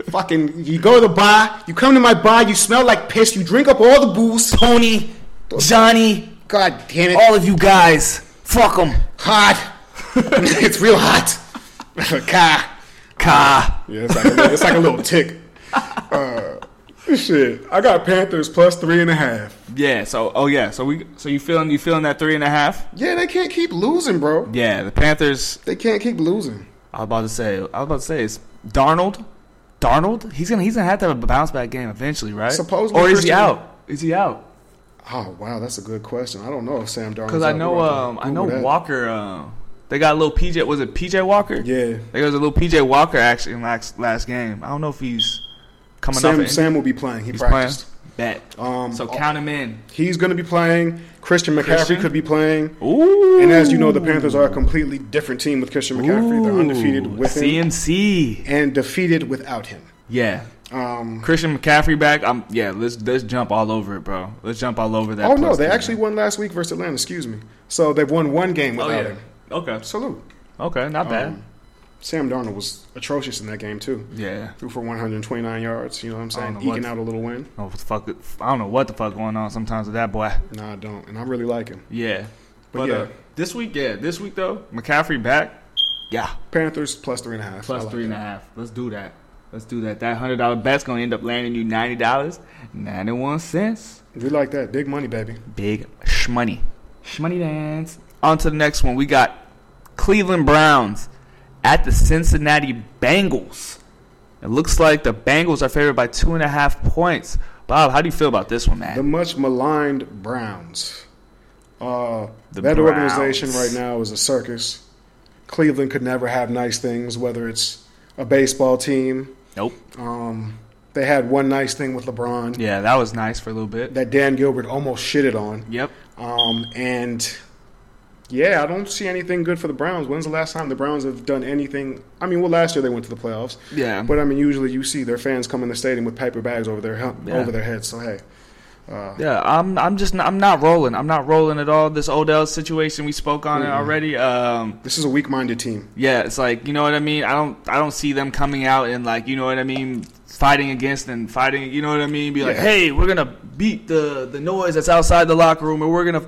Speaker 2: Fucking, you go to the bar, you come to my bar, you smell like piss, you drink up all the booze.
Speaker 1: Tony, Johnny,
Speaker 2: God damn it,
Speaker 1: all of you guys. Fuck them.
Speaker 2: hot. it's real hot. God.
Speaker 1: Ka.
Speaker 2: Yeah, it's like a little, it's like a little tick. Uh, shit, I got Panthers plus three and a half.
Speaker 1: Yeah. So, oh yeah. So we. So you feeling? You feeling that three and a half?
Speaker 2: Yeah, they can't keep losing, bro.
Speaker 1: Yeah. The Panthers.
Speaker 2: They can't keep losing.
Speaker 1: I was about to say. I was about to say. It's Darnold. Darnold. He's gonna. He's gonna have to have a bounce back game eventually, right?
Speaker 2: Supposedly
Speaker 1: Or is he
Speaker 2: Christian-
Speaker 1: out? Is he out?
Speaker 2: Oh wow, that's a good question. I don't know if Sam Darnold.
Speaker 1: Because I know. Um. I know Walker. Um. They got a little PJ. Was it PJ Walker?
Speaker 2: Yeah,
Speaker 1: There was a little PJ Walker action last last game. I don't know if he's coming up.
Speaker 2: Sam,
Speaker 1: in-
Speaker 2: Sam will be playing. He
Speaker 1: he's
Speaker 2: practiced.
Speaker 1: playing. Bet.
Speaker 2: Um,
Speaker 1: so count him in.
Speaker 2: he's going to be playing. Christian McCaffrey
Speaker 1: Christian?
Speaker 2: could be playing.
Speaker 1: Ooh.
Speaker 2: And as you know, the Panthers are a completely different team with Christian McCaffrey. They're undefeated with him
Speaker 1: CMC.
Speaker 2: and defeated without him.
Speaker 1: Yeah.
Speaker 2: Um,
Speaker 1: Christian McCaffrey back. Um, yeah, let's let's jump all over it, bro. Let's jump all over that.
Speaker 2: oh no,
Speaker 1: plus
Speaker 2: they
Speaker 1: three.
Speaker 2: actually won last week versus Atlanta. Excuse me. So they've won one game
Speaker 1: Oh
Speaker 2: without
Speaker 1: yeah.
Speaker 2: him.
Speaker 1: Okay.
Speaker 2: Salute.
Speaker 1: Okay. Not bad.
Speaker 2: Um, Sam Darnold was atrocious in that game too.
Speaker 1: Yeah.
Speaker 2: Threw for 129 yards. You know what I'm
Speaker 1: I
Speaker 2: saying?
Speaker 1: don't know
Speaker 2: Eking
Speaker 1: what-
Speaker 2: out a little win.
Speaker 1: Oh, what the fuck. I don't know what the fuck going on sometimes with that boy.
Speaker 2: Nah, I don't. And I really like him.
Speaker 1: Yeah. But,
Speaker 2: But yeah.
Speaker 1: Uh, this week, yeah, this week though, McCaffrey back. Yeah.
Speaker 2: Panthers plus three and a half. I
Speaker 1: Plus
Speaker 2: like
Speaker 1: three and
Speaker 2: that.
Speaker 1: a half. Let's do that. Let's do that. That hundred dollar bet's gonna end up landing you ninety dollars ninety one cents.
Speaker 2: We like that. Big money, baby.
Speaker 1: Big shmoney, shmoney dance. On to the next one. We got Cleveland Browns at the Cincinnati Bengals. It looks like the Bengals are favored by two and a half points. Bob, how do you feel about this one, man?
Speaker 2: The much maligned Browns. Uh,
Speaker 1: The
Speaker 2: that
Speaker 1: Browns.
Speaker 2: organization right now is a circus. Cleveland could never have nice things, whether it's a baseball team.
Speaker 1: nope.
Speaker 2: Um, they had one nice thing with LeBron
Speaker 1: Yeah, that was nice for a little bit.
Speaker 2: that Dan Gilbert almost shitted on.
Speaker 1: Yep.
Speaker 2: Um, and yeah, I don't see anything good for the Browns. When's the last time the Browns have done anything? I mean, well, last year they went to the playoffs,
Speaker 1: Yeah.
Speaker 2: but I mean, usually you see their fans come in the stadium with paper bags over their hel-
Speaker 1: Yeah.
Speaker 2: over their heads. So hey, uh,
Speaker 1: Yeah, I'm. I'm just. Not, I'm not rolling. I'm not rolling at all. This Odell situation we spoke on it already. Um,
Speaker 2: this is a weak-minded team.
Speaker 1: yeah, it's like you know what I mean. I don't. I don't see them coming out and like you know what I mean, fighting against and fighting. You know what I mean. Be like,
Speaker 2: Yeah.
Speaker 1: hey, we're gonna beat the the noise that's outside the locker room, and we're gonna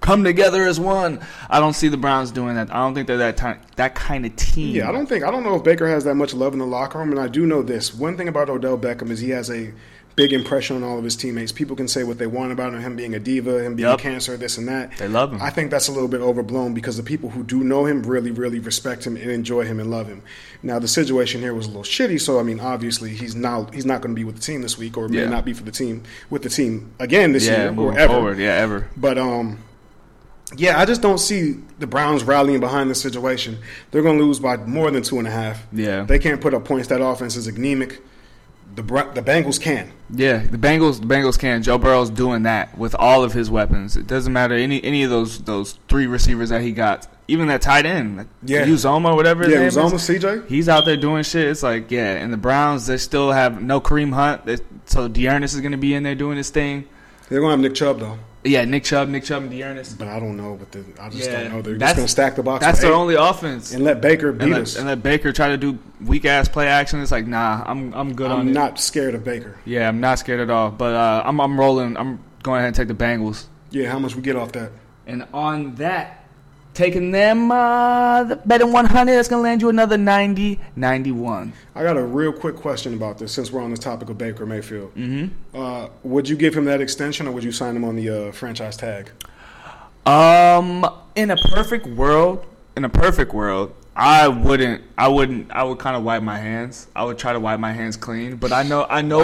Speaker 1: come together as one. I don't see the Browns doing that. I don't think they're that ti that kind of team.
Speaker 2: Yeah, I don't think I don't know if Baker has that much love in the locker room, and I do know this one thing about Odell Beckham is he has a big impression on all of his teammates. People can say what they want about him, him being a diva, him being
Speaker 1: Yup.
Speaker 2: cancer, this and that.
Speaker 1: They love him.
Speaker 2: I think that's a little bit overblown because the people who do know him really, really respect him and enjoy him and love him. Now the situation here was a little shitty, so I mean, obviously he's now he's not going to be with the team this week, or may
Speaker 1: Yeah.
Speaker 2: not be for the team with the team again this
Speaker 1: yeah,
Speaker 2: year or
Speaker 1: moving
Speaker 2: ever.
Speaker 1: forward. Yeah, ever.
Speaker 2: But um, yeah, I just don't see the Browns rallying behind this situation. They're going to lose by more than two and a half.
Speaker 1: Yeah.
Speaker 2: They can't put up points. That offense is anemic. The Bra- the Bengals can.
Speaker 1: Yeah, the Bengals. The Bengals can. Joe Burrow's doing that with all of his weapons. It doesn't matter any any of those those three receivers that he got. Even that tight end, like
Speaker 2: Yeah.
Speaker 1: Uzoma, whatever. His
Speaker 2: Yeah,
Speaker 1: name
Speaker 2: it
Speaker 1: is,
Speaker 2: was almost CJ.
Speaker 1: He's out there doing shit. It's like yeah, and the Browns they still have no Kareem Hunt. They, so Dearness is going to be in there doing his thing.
Speaker 2: They're going to have Nick Chubb though,
Speaker 1: Yeah, Nick Chubb, Nick Chubb, and Dearness.
Speaker 2: but I don't know. But the, I just
Speaker 1: Yeah,
Speaker 2: don't know. They're
Speaker 1: that's-
Speaker 2: just going to stack the box.
Speaker 1: That's
Speaker 2: with
Speaker 1: their
Speaker 2: eight
Speaker 1: only offense.
Speaker 2: and let Baker beat
Speaker 1: And let,
Speaker 2: us.
Speaker 1: and let Baker try to do weak ass play action. It's like nah, I'm I'm good on
Speaker 2: I'm
Speaker 1: it.
Speaker 2: not scared of Baker.
Speaker 1: Yeah, I'm not scared at all. But uh, I'm I'm rolling. I'm going ahead and take the Bengals.
Speaker 2: Yeah, how much we get off that?
Speaker 1: And on that, taking them uh, the betting 100, that's going to land you another 90, 91.
Speaker 2: I got a real quick question about this since we're on the topic of Baker Mayfield.
Speaker 1: Mm-hmm.
Speaker 2: Uh, would you give him that extension, or would you sign him on the uh, franchise tag?
Speaker 1: Um, in a perfect world, in a perfect world, I wouldn't, I wouldn't, I would kind of wipe my hands. I would try to wipe my hands clean, but I know, I know,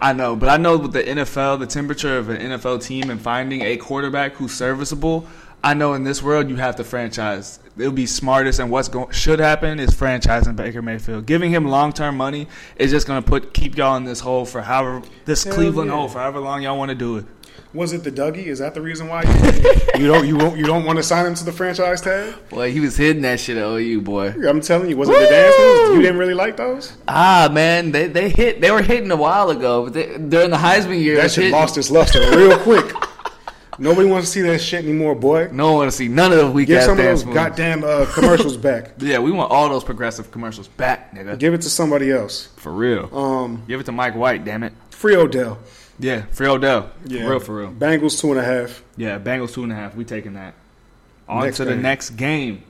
Speaker 1: I know, but I know with the NFL, the temperature of an NFL team and finding a quarterback who's serviceable. I know in this world you have to franchise. It'll be smartest, and what's going should happen is franchising Baker Mayfield. Giving him long term money is just gonna put keep y'all in this hole for however this
Speaker 2: Hell
Speaker 1: Cleveland
Speaker 2: yeah.
Speaker 1: hole for however long y'all want to do it.
Speaker 2: Was it the Dougie? Is that the reason why you, you don't you won't you don't want to sign him to the franchise tag?
Speaker 3: Boy, he was hitting that shit at OU, boy.
Speaker 2: I'm telling you, was it the dance moves? You didn't really like those.
Speaker 3: Ah, man, they, they hit. They were hitting a while ago, but they, during the Heisman year, it
Speaker 2: That
Speaker 3: was
Speaker 2: shit
Speaker 3: hitting.
Speaker 2: lost its luster real quick. Nobody wants to see that shit anymore, boy.
Speaker 3: No one want to see none of the weak
Speaker 2: Give
Speaker 3: ass
Speaker 2: some of
Speaker 3: dance
Speaker 2: those
Speaker 3: moves.
Speaker 2: goddamn uh, commercials back.
Speaker 3: yeah, we want all those progressive commercials back, nigga.
Speaker 2: Give it to somebody else.
Speaker 1: For real.
Speaker 2: Um,
Speaker 1: Give it to Mike White, damn it.
Speaker 2: free Odell.
Speaker 1: Yeah, for Odell.
Speaker 2: Yeah.
Speaker 1: For real, for real.
Speaker 2: Bengals two and a half.
Speaker 1: Yeah, Bengals two and a half. We taking that. On
Speaker 2: Next
Speaker 1: to the
Speaker 2: game.
Speaker 1: next game.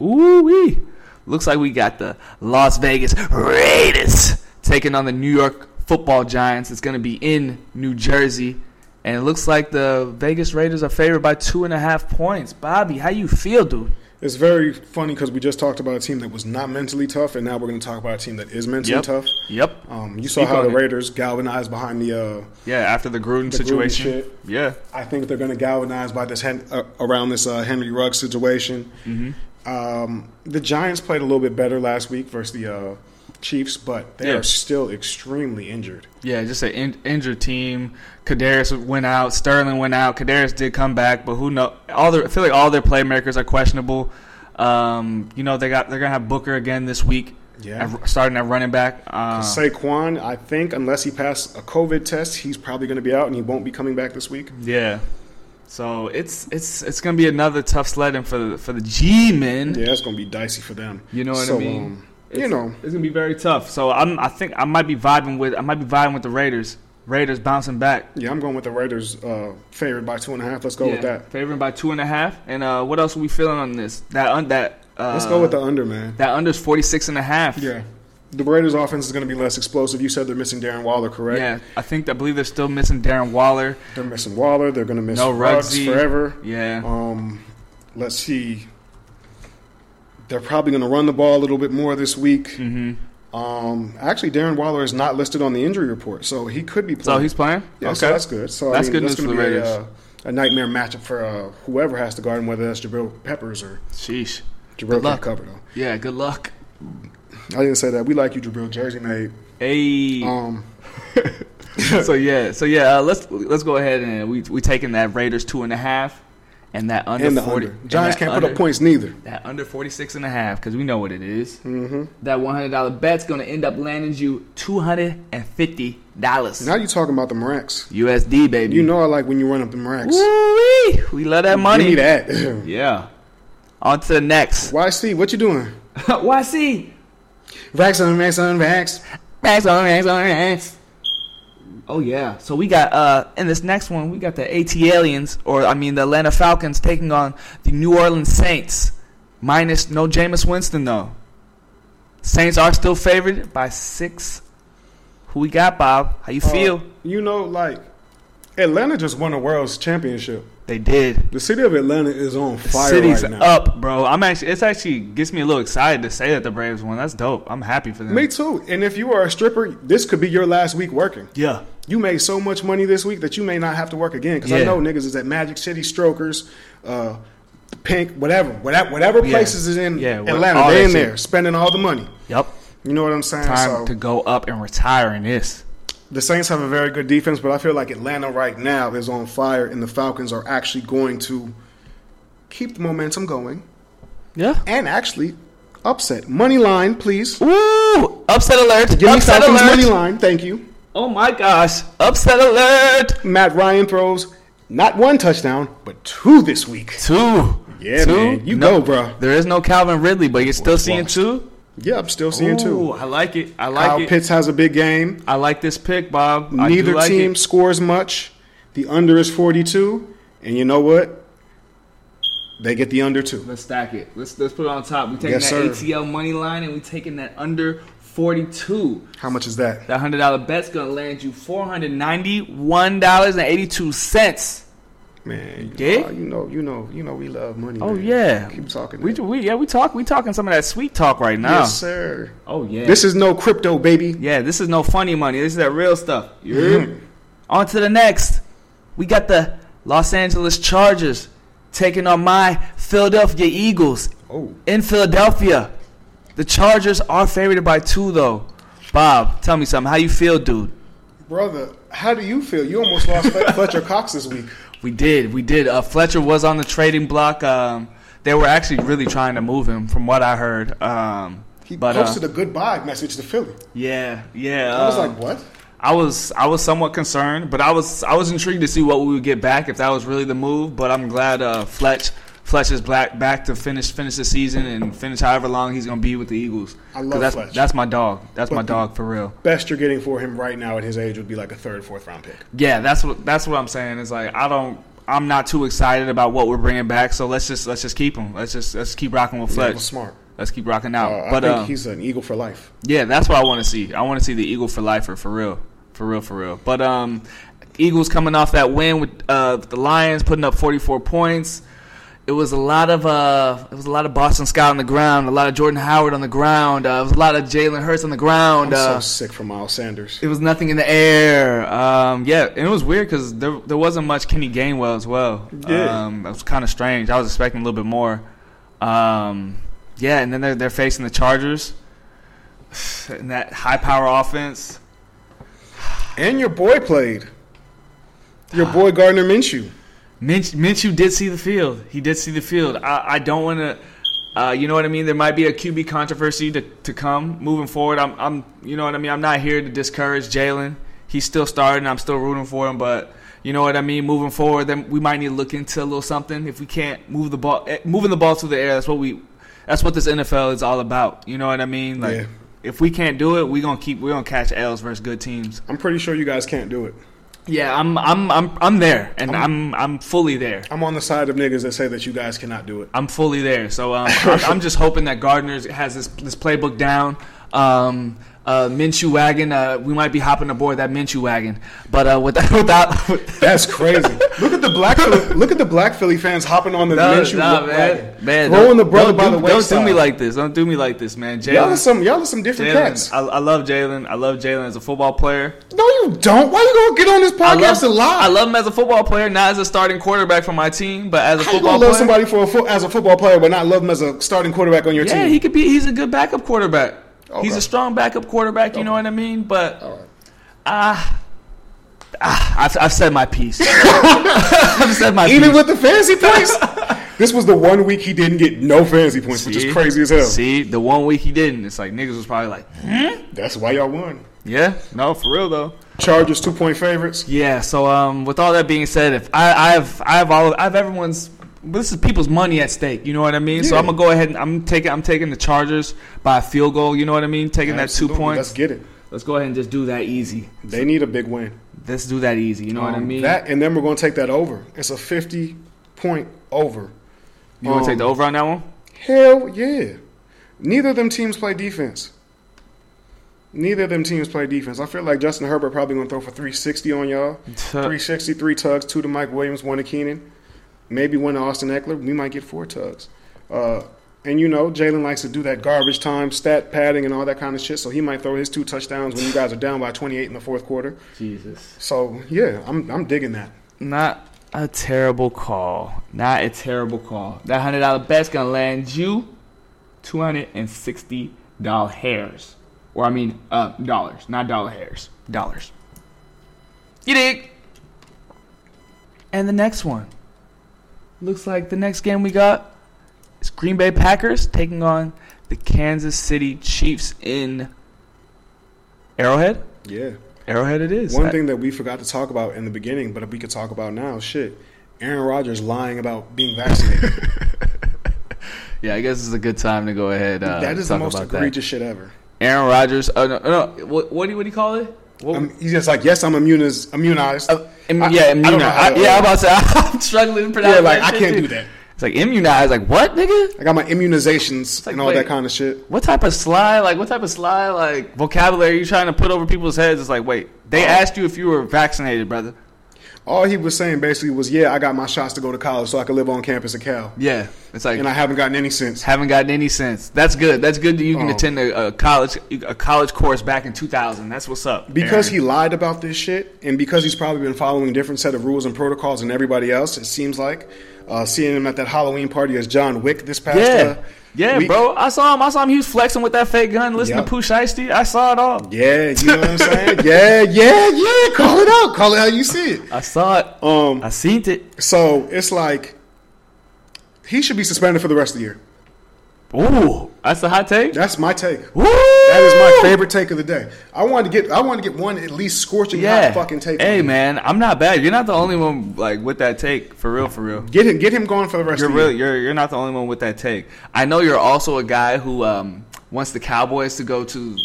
Speaker 1: Ooh wee! Looks like we got the Las Vegas Raiders taking on the New York Football Giants. It's going to be in New Jersey, and it looks like the Vegas Raiders are favored by two and a half points. Bobby, how you feel, dude?
Speaker 2: It's very funny because we just talked about a team that was not mentally tough, and now we're going to talk about a team that is mentally
Speaker 1: Yep.
Speaker 2: tough.
Speaker 1: Yep.
Speaker 2: Um, you saw
Speaker 1: Speak
Speaker 2: how
Speaker 1: on
Speaker 2: the
Speaker 1: it.
Speaker 2: Raiders galvanized behind the. Uh,
Speaker 1: Yeah, after the Gruden
Speaker 2: The Gruden
Speaker 1: situation.
Speaker 2: shit.
Speaker 1: Yeah.
Speaker 2: I think they're going to galvanize by this Hen- uh, around this uh, Henry Ruggs situation.
Speaker 1: Mm-hmm.
Speaker 2: Um, the Giants played a little bit better last week versus the uh, Chiefs, but they
Speaker 1: Yeah.
Speaker 2: are still extremely injured.
Speaker 1: Yeah, just an in- injured team. Kadarius went out. Sterling went out. Kadarius did come back, but who know? All their, I feel like all their playmakers are questionable. Um, you know they got they're gonna have Booker again this week.
Speaker 2: Yeah.
Speaker 1: at- starting at running back. Uh,
Speaker 2: Saquon, I think, unless he passes a COVID test, he's probably going to be out and he won't be coming back this week.
Speaker 1: yeah. So it's it's it's gonna be another tough sledding for the for the G men.
Speaker 2: Yeah, that's going to be dicey for them.
Speaker 1: Mm-hmm. You know what
Speaker 2: So,
Speaker 1: I mean?
Speaker 2: um,
Speaker 1: it's,
Speaker 2: you know,
Speaker 1: it's gonna be very tough. So I'm I think I might be vibing with I might be vibing with the Raiders. Raiders bouncing back.
Speaker 2: yeah, I'm going with the Raiders uh, favored by two and a half. Let's go with
Speaker 1: Yeah,
Speaker 2: that.
Speaker 1: Favoring by two and a half. And uh, what else are we feeling on this? That un- that. Uh,
Speaker 2: Let's go with the under, man.
Speaker 1: that under's 46 and a half.
Speaker 2: Yeah. the Raiders' offense is going to be less explosive. You said they're missing Darren Waller, correct?
Speaker 1: Yeah, I think I believe they're still missing Darren Waller.
Speaker 2: They're missing Waller. They're going to miss
Speaker 1: No
Speaker 2: Ruggs
Speaker 1: Ruggsy.
Speaker 2: forever.
Speaker 1: Yeah,
Speaker 2: Um, let's see. They're probably going to run the ball a little bit more this week.
Speaker 1: hmm
Speaker 2: Um, actually, Darren Waller is not listed on the injury report, so he could be
Speaker 1: so
Speaker 2: playing.
Speaker 1: he's playing.
Speaker 2: yeah,
Speaker 1: okay,
Speaker 2: so that's good. So
Speaker 1: That's
Speaker 2: I mean,
Speaker 1: good
Speaker 2: that's
Speaker 1: news
Speaker 2: going
Speaker 1: for
Speaker 2: to be
Speaker 1: the
Speaker 2: a,
Speaker 1: Raiders.
Speaker 2: uh, a nightmare matchup for uh, whoever has to guard him, whether that's Jabril Peppers or
Speaker 1: sheesh.
Speaker 2: Jabril can
Speaker 3: luck.
Speaker 2: cover though.
Speaker 1: Yeah, good luck.
Speaker 2: I didn't say that. We like you, Jabril Jersey made.
Speaker 1: Hey.
Speaker 2: Um,
Speaker 1: so yeah, so yeah, uh, let's let's go ahead and we we taking that Raiders two and a half and that under
Speaker 2: and the
Speaker 1: forty.
Speaker 2: under.
Speaker 1: and
Speaker 2: Giants
Speaker 1: that
Speaker 2: can't put
Speaker 1: under-
Speaker 2: up points neither.
Speaker 1: That under 46 and a half because we know what it is.
Speaker 2: Mm-hmm.
Speaker 3: That one hundred dollar bet's gonna end up landing you two hundred and fifty dollars
Speaker 2: Now you're talking about the Maracks.
Speaker 3: USD, baby.
Speaker 2: You know I like when you run up the Maracks.
Speaker 1: Woo-wee! We love that money.
Speaker 2: Give me that.
Speaker 1: Yeah. On to the next.
Speaker 2: YC, what you doing?
Speaker 3: YC.
Speaker 2: Vax on, vax on, vax.
Speaker 3: Racks on racks on racks.
Speaker 1: Oh yeah. So we got uh in this next one we got the AT aliens or I mean the Atlanta Falcons taking on the New Orleans Saints. Minus no Jameis Winston though. Saints are still favored by six. Who we got, Bob? How you feel?
Speaker 2: Uh, you know, like Atlanta just won a world's championship.
Speaker 1: they did.
Speaker 2: The city of Atlanta is on
Speaker 1: The
Speaker 2: fire
Speaker 1: city's
Speaker 2: right now.
Speaker 1: up, bro. I'm actually it's actually gets me a little excited to say that the Braves won. That's dope. I'm happy for them.
Speaker 2: Me too. And if you are a stripper, this could be your last week working.
Speaker 1: yeah.
Speaker 2: You made so much money this week that you may not have to work again. Because I
Speaker 1: Yeah.
Speaker 2: know niggas is at Magic City, Strokers, uh, Pink, whatever, whatever, whatever
Speaker 1: Yeah.
Speaker 2: places is in
Speaker 1: Yeah, what-
Speaker 2: Atlanta.
Speaker 1: all
Speaker 2: They
Speaker 1: that
Speaker 2: in
Speaker 1: shit.
Speaker 2: there spending all the money.
Speaker 1: Yep.
Speaker 2: You know what I'm saying?
Speaker 1: Time
Speaker 2: so
Speaker 1: to go up and retire in this.
Speaker 2: the Saints have a very good defense, but I feel like Atlanta right now is on fire, and the Falcons are actually going to keep the momentum going.
Speaker 1: Yeah.
Speaker 2: and actually upset. Money line, please.
Speaker 1: Ooh! Upset alert!
Speaker 2: Give me
Speaker 1: upset
Speaker 2: Falcons
Speaker 1: alert!
Speaker 2: money line. Thank you.
Speaker 1: Oh my gosh! Upset alert!
Speaker 2: Matt Ryan throws not one touchdown, but two this week.
Speaker 1: Two.
Speaker 2: Yeah,
Speaker 1: two.
Speaker 2: man. You go,
Speaker 1: No-
Speaker 2: bro.
Speaker 1: There is no Calvin Ridley, but you're still seeing
Speaker 2: watch.
Speaker 1: two.
Speaker 2: Yeah, I'm still seeing two.
Speaker 1: Ooh, I like it. I like
Speaker 2: Kyle
Speaker 1: it.
Speaker 2: Pitts has a big game.
Speaker 1: I like this pick, Bob. I do
Speaker 2: Neither
Speaker 1: like
Speaker 2: team
Speaker 1: It.
Speaker 2: scores much. The under is 42. And you know what? They get the under too.
Speaker 1: Let's stack it. Let's let's put it on top. We taking
Speaker 2: Yes,
Speaker 1: that
Speaker 2: sir.
Speaker 1: ATL money line, and we taking that under forty two.
Speaker 2: How much is that?
Speaker 1: That hundred dollar bet's gonna land you four hundred ninety one dollars and eighty two cents.
Speaker 2: Man, you,
Speaker 1: Dig?
Speaker 2: you know, you know, you know, we love money.
Speaker 1: Oh
Speaker 2: man.
Speaker 1: yeah.
Speaker 2: Keep talking.
Speaker 1: We,
Speaker 2: man.
Speaker 1: we yeah we talk we talking some of that sweet talk right now.
Speaker 2: Yes, sir.
Speaker 1: Oh yeah.
Speaker 2: This is no crypto, baby.
Speaker 1: Yeah, this is no funny money. This is that real stuff.
Speaker 2: Mhm.
Speaker 1: Mm-hmm. On to the next. We got the Los Angeles Chargers taking on my Philadelphia Eagles
Speaker 2: Oh.
Speaker 1: in Philadelphia. The Chargers are favored by two, though. Bob, tell me something. How you feel, dude?
Speaker 2: Brother, how do you feel? You almost lost Flet- Fletcher Cox this week.
Speaker 1: We did, we did. Uh, Fletcher was on the trading block. Um, they were actually really trying to move him, from what I heard. Um,
Speaker 2: He
Speaker 1: but uh,
Speaker 2: posted a goodbye message to Philly.
Speaker 1: yeah, yeah.
Speaker 2: I was
Speaker 1: um,
Speaker 2: like, what?
Speaker 1: I was I was somewhat concerned, but I was I was intrigued to see what we would get back if that was really the move. But I'm glad uh, Fletch Fletch is black back to finish finish the season and finish however long he's gonna be with the Eagles.
Speaker 2: I love
Speaker 1: 'Cause that's,
Speaker 2: Fletch.
Speaker 1: That's my dog. That's my
Speaker 2: But the-
Speaker 1: dog for real.
Speaker 2: Best you're getting for him right now at his age would be like a third, fourth round pick.
Speaker 1: Yeah, that's what that's what I'm saying. It's like I don't I'm not too excited about what we're bringing back. So let's just let's just keep him. Let's just let's keep rocking with
Speaker 2: That
Speaker 1: Fletch.
Speaker 2: was smart.
Speaker 1: Let's keep rocking
Speaker 2: Uh,
Speaker 1: out. but
Speaker 2: I think
Speaker 1: uh,
Speaker 2: he's an Eagle for life.
Speaker 1: Yeah, that's what I want to see. I want to see the Eagle for lifer for real, for real, for real. But um, Eagles coming off that win with uh the Lions, putting up 44 points. It was a lot of uh, it was a lot of Boston Scott on the ground, a lot of Jordan Howard on the ground, uh, it was a lot of Jalen Hurts on the ground.
Speaker 2: I'm
Speaker 1: uh,
Speaker 2: so sick for Miles Sanders.
Speaker 1: it was nothing in the air. Um, yeah, and it was weird because there, there wasn't much Kenny Gainwell as well.
Speaker 2: Yeah.
Speaker 1: Um, it was kind of strange. I was expecting a little bit more. Um, yeah, and then they're, they're facing the Chargers and that high power offense.
Speaker 2: And your boy played. Your
Speaker 1: Ah.
Speaker 2: boy Gardner Minshew.
Speaker 1: Minch, Minshew did see the field. He did see the field. I, I don't want to. Uh, you know what I mean? There might be a QB controversy to, to come moving forward. I'm, I'm, you know what I mean? I'm not here to discourage Jalen. He's still starting. I'm still rooting for him. But you know what I mean? Moving forward, then we might need to look into a little something. If we can't move the ball, eh, moving the ball through the air, that's what we, that's what this NFL is all about. You know what I mean? Like,
Speaker 2: Yeah.
Speaker 1: if we can't do it, we gonna keep, we gonna catch L's versus good teams.
Speaker 2: I'm pretty sure you guys can't do it.
Speaker 1: Yeah, I'm, I'm, I'm, I'm there, and I'm, I'm fully there.
Speaker 2: I'm on the side of niggas that say that you guys cannot do it.
Speaker 1: I'm fully there. So um, I'm, I'm just hoping that Gardner has this this playbook down. um, uh, Minshew wagon. Uh, we might be hopping aboard that Minshew wagon, but uh, without without
Speaker 2: That's crazy. look at the black. Philly- Look at the black Philly fans hopping on the
Speaker 1: no,
Speaker 2: Minshew
Speaker 1: no, man,
Speaker 2: wagon.
Speaker 1: man,
Speaker 2: throwing
Speaker 1: don't-
Speaker 2: the brother
Speaker 4: don't
Speaker 2: by
Speaker 4: do,
Speaker 2: the
Speaker 4: don't
Speaker 2: wayside.
Speaker 4: do me like this. Don't do me like this, man.
Speaker 2: y'all are
Speaker 4: Jalen,
Speaker 2: some y'all are some different
Speaker 4: Jalen,
Speaker 2: cats.
Speaker 4: I, I love Jalen. I love Jalen as a football player.
Speaker 2: no, you don't. Why you gonna get on this
Speaker 1: I
Speaker 2: podcast
Speaker 1: love,
Speaker 2: and lie?
Speaker 1: I love him as a football player, not as a starting quarterback for my team, but as a
Speaker 2: How you
Speaker 1: football
Speaker 2: gonna
Speaker 1: player.
Speaker 2: love somebody for a fo- as a football player, but not love him as a starting quarterback on your
Speaker 1: yeah,
Speaker 2: team?
Speaker 1: he could be. He's a good backup quarterback. He's
Speaker 2: Okay.
Speaker 1: a strong backup quarterback. You know what I mean? But
Speaker 2: All right.
Speaker 1: ah, ah, I've, I've said my piece. I've said my
Speaker 2: Even
Speaker 1: piece.
Speaker 2: with the fancy points, this was the one week he didn't get no fancy points, which
Speaker 4: See?
Speaker 2: is crazy as hell.
Speaker 4: See, the one week he didn't, it's like niggas was probably like,
Speaker 2: That's why y'all won.
Speaker 4: yeah, no, for real though.
Speaker 2: Chargers two point favorites.
Speaker 1: Yeah. So, um, with all that being said, if I, I have, I have all, I have everyone's. This is people's money at stake. You know what I mean? So
Speaker 2: Yeah.
Speaker 1: I'm gonna go ahead and I'm taking, I'm taking the Chargers by a field goal. You know what I mean? Taking that
Speaker 2: Absolutely.
Speaker 1: two points.
Speaker 2: Let's get it.
Speaker 1: Let's go ahead and just do that easy.
Speaker 2: They need a big win.
Speaker 1: Let's do that easy. You know what I
Speaker 2: Um,
Speaker 1: mean?
Speaker 2: That and then we're going to take that over. It's a fifty point over.
Speaker 1: you want
Speaker 2: um,
Speaker 1: to take the over on that one?
Speaker 2: Hell yeah. Neither of them teams play defense. Neither of them teams play defense. I feel like Justin Herbert probably going to throw for 360 on y'all.
Speaker 1: Uh,
Speaker 2: 360, three tugs, two to Mike Williams, one to Keenan, maybe one to Austin Eckler. We might get four tugs. Uh, and you know, Jalen likes to do that garbage time, stat padding, and all that kind of shit. So he might throw his two touchdowns when you guys are down by 28 in the fourth quarter.
Speaker 1: Jesus.
Speaker 2: So yeah, I'm I'm digging that.
Speaker 1: Not a terrible call. Not a terrible call. That hundred dollar bet's gonna land you two hundred and sixty dollar hairs. Or I mean uh dollars, not dollar hairs. Dollars. You dig? And the next one. Looks like the next game we got is Green Bay Packers taking on the Kansas City Chiefs in Arrowhead?
Speaker 2: Yeah.
Speaker 1: Arrowhead it is.
Speaker 2: One
Speaker 1: I-
Speaker 2: thing that we forgot to talk about in the beginning, but if we could talk about now, shit. Aaron Rodgers lying about being vaccinated.
Speaker 1: Yeah, I guess it's a good time to go ahead. Uh,
Speaker 2: that is the
Speaker 1: talk
Speaker 2: most
Speaker 1: about
Speaker 2: egregious shit ever.
Speaker 1: That. Aaron Rodgers. Oh no, no. What, what do you what do you call it? What,
Speaker 2: Um, he's just like, yes, I'm immunized. Immunized.
Speaker 1: uh, im-
Speaker 2: I- I
Speaker 1: yeah,
Speaker 2: don't know
Speaker 1: immunized.
Speaker 2: how
Speaker 1: I-
Speaker 2: to-
Speaker 1: yeah, I'm about to. Say, I'm struggling to pronounce.
Speaker 2: yeah, like
Speaker 1: that
Speaker 2: I
Speaker 1: shit,
Speaker 2: can't
Speaker 1: too.
Speaker 2: do that.
Speaker 1: It's like immunized. Like what, nigga?
Speaker 2: I got my immunizations
Speaker 1: like,
Speaker 2: and all
Speaker 1: wait.
Speaker 2: that kind of shit.
Speaker 1: What type of sly? Like what type of sly? Like vocabulary you trying to put over people's heads? It's like wait, they
Speaker 2: Uh,
Speaker 1: asked you if you were vaccinated, brother.
Speaker 2: All he was saying basically was, "Yeah, I got my shots to go to college, so I could live on campus at Cal,
Speaker 1: Yeah, it's like
Speaker 2: and I haven't gotten any since."
Speaker 1: haven't gotten any sense. That's good. That's good that you can
Speaker 2: Oh.
Speaker 1: attend a, a college a college course back in 2000. That's what's up.
Speaker 2: Because
Speaker 1: Aaron.
Speaker 2: he lied about this shit, and because he's probably been following different set of rules and protocols than everybody else, it seems like uh, seeing him at that Halloween party as John Wick this past
Speaker 1: Yeah.
Speaker 2: uh,
Speaker 1: Yeah,
Speaker 2: week.
Speaker 1: bro. I saw him. I saw him. He was flexing with that fake gun. Listen
Speaker 2: Yeah.
Speaker 1: to Pooh Shiesty. I saw it all.
Speaker 2: Yeah, you know what I'm saying? yeah, yeah, yeah. Call it out. Call it how you see it.
Speaker 1: I saw it.
Speaker 2: Um,
Speaker 1: I seen it.
Speaker 2: so it's like he should be suspended for the rest of the year.
Speaker 1: Ooh, that's a hot take.
Speaker 2: That's my take.
Speaker 1: Woo!
Speaker 2: That is my favorite take of the day. I wanted to get I wanted to get one at least scorching
Speaker 1: Yeah.
Speaker 2: hot fucking take.
Speaker 1: Hey, man. I'm not bad. You're not the only one like with that take. For real. For real.
Speaker 2: Get him get him going for the rest
Speaker 1: You're
Speaker 2: of the
Speaker 1: really
Speaker 2: year.
Speaker 1: you're you're not the only one with that take. I know you're also a guy who um wants the Cowboys to go to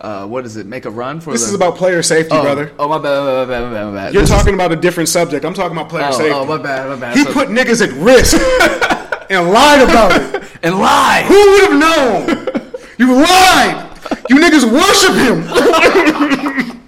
Speaker 1: uh what is it? Make a run for
Speaker 2: This
Speaker 1: the
Speaker 2: is about player safety,
Speaker 1: oh,
Speaker 2: brother.
Speaker 1: Oh my bad, my bad, my bad, my bad.
Speaker 2: You're
Speaker 1: This is-
Speaker 2: talking about a different subject. I'm talking about player safety.
Speaker 1: oh, oh my bad, my bad.
Speaker 2: he
Speaker 1: So-
Speaker 2: put niggas at risk and lied about it.
Speaker 1: and lie.
Speaker 2: Who would have known? You lied. You niggas worship him.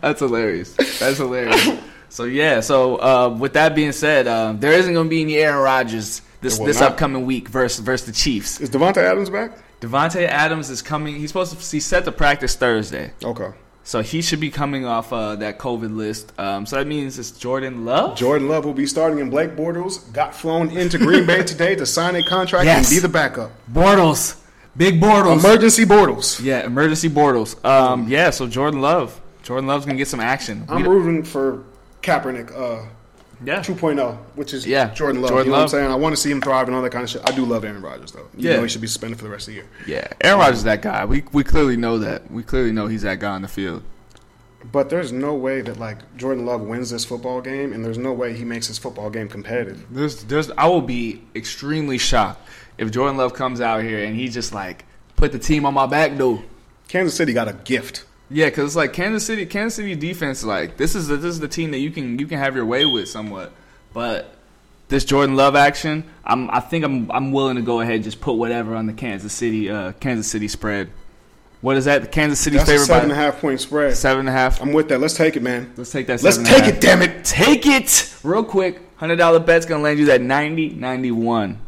Speaker 1: That's hilarious. That's hilarious. so yeah. So uh, with that being said, uh, there isn't going to be any Aaron Rodgers this
Speaker 2: will
Speaker 1: this
Speaker 2: not.
Speaker 1: upcoming week versus versus the Chiefs.
Speaker 2: Is Devonta Adams back?
Speaker 1: Devonte Adams is coming. He's supposed to. He's set to practice Thursday,
Speaker 2: Okay.
Speaker 1: so he should be coming off uh, that COVID list. Um, so that means it's Jordan Love.
Speaker 2: Jordan Love will be starting in Blake Bortles. Got flown into Green Bay today to sign a contract
Speaker 1: Yes.
Speaker 2: and be the backup.
Speaker 1: Bortles, big Bortles.
Speaker 2: Emergency Bortles.
Speaker 1: yeah, emergency Bortles. Um, yeah. So Jordan Love. Jordan Love's gonna get some action. We-
Speaker 2: I'm rooting for Kaepernick uh,
Speaker 1: yeah.
Speaker 2: 2.0, which is
Speaker 1: Yeah,
Speaker 2: Jordan Love.
Speaker 1: Jordan
Speaker 2: you know
Speaker 1: Love.
Speaker 2: what I'm saying? I want to see him thrive and all that kind of shit. I do love Aaron Rodgers, though. You
Speaker 1: Yeah.
Speaker 2: know he should be suspended for the rest of the year.
Speaker 1: Yeah. Aaron Rodgers is that guy. We we clearly know that. We clearly know he's that guy on the field.
Speaker 2: But there's no way that, like, Jordan Love wins this football game, and there's no way he makes this football game competitive.
Speaker 1: There's, there's, I will be extremely shocked if Jordan Love comes out here and he just like put the team on my back though.
Speaker 2: Kansas City got a gift.
Speaker 1: Yeah, because it's like Kansas City, Kansas City defense. Like this is the, this is the team that you can you can have your way with somewhat, but this Jordan Love action, I'm I think I'm I'm willing to go ahead and just put whatever on the Kansas City uh, Kansas City spread. What is that? Kansas City
Speaker 2: That's a
Speaker 1: favored
Speaker 2: seven and a
Speaker 1: by
Speaker 2: half point spread.
Speaker 1: seven and a half.
Speaker 2: I'm with that. Let's take it, man.
Speaker 3: Let's take that.
Speaker 2: Let's
Speaker 3: seven and a
Speaker 2: take
Speaker 3: half.
Speaker 2: it, damn it.
Speaker 3: Take it real quick. Hundred dollar bet's gonna land you at 90, 91.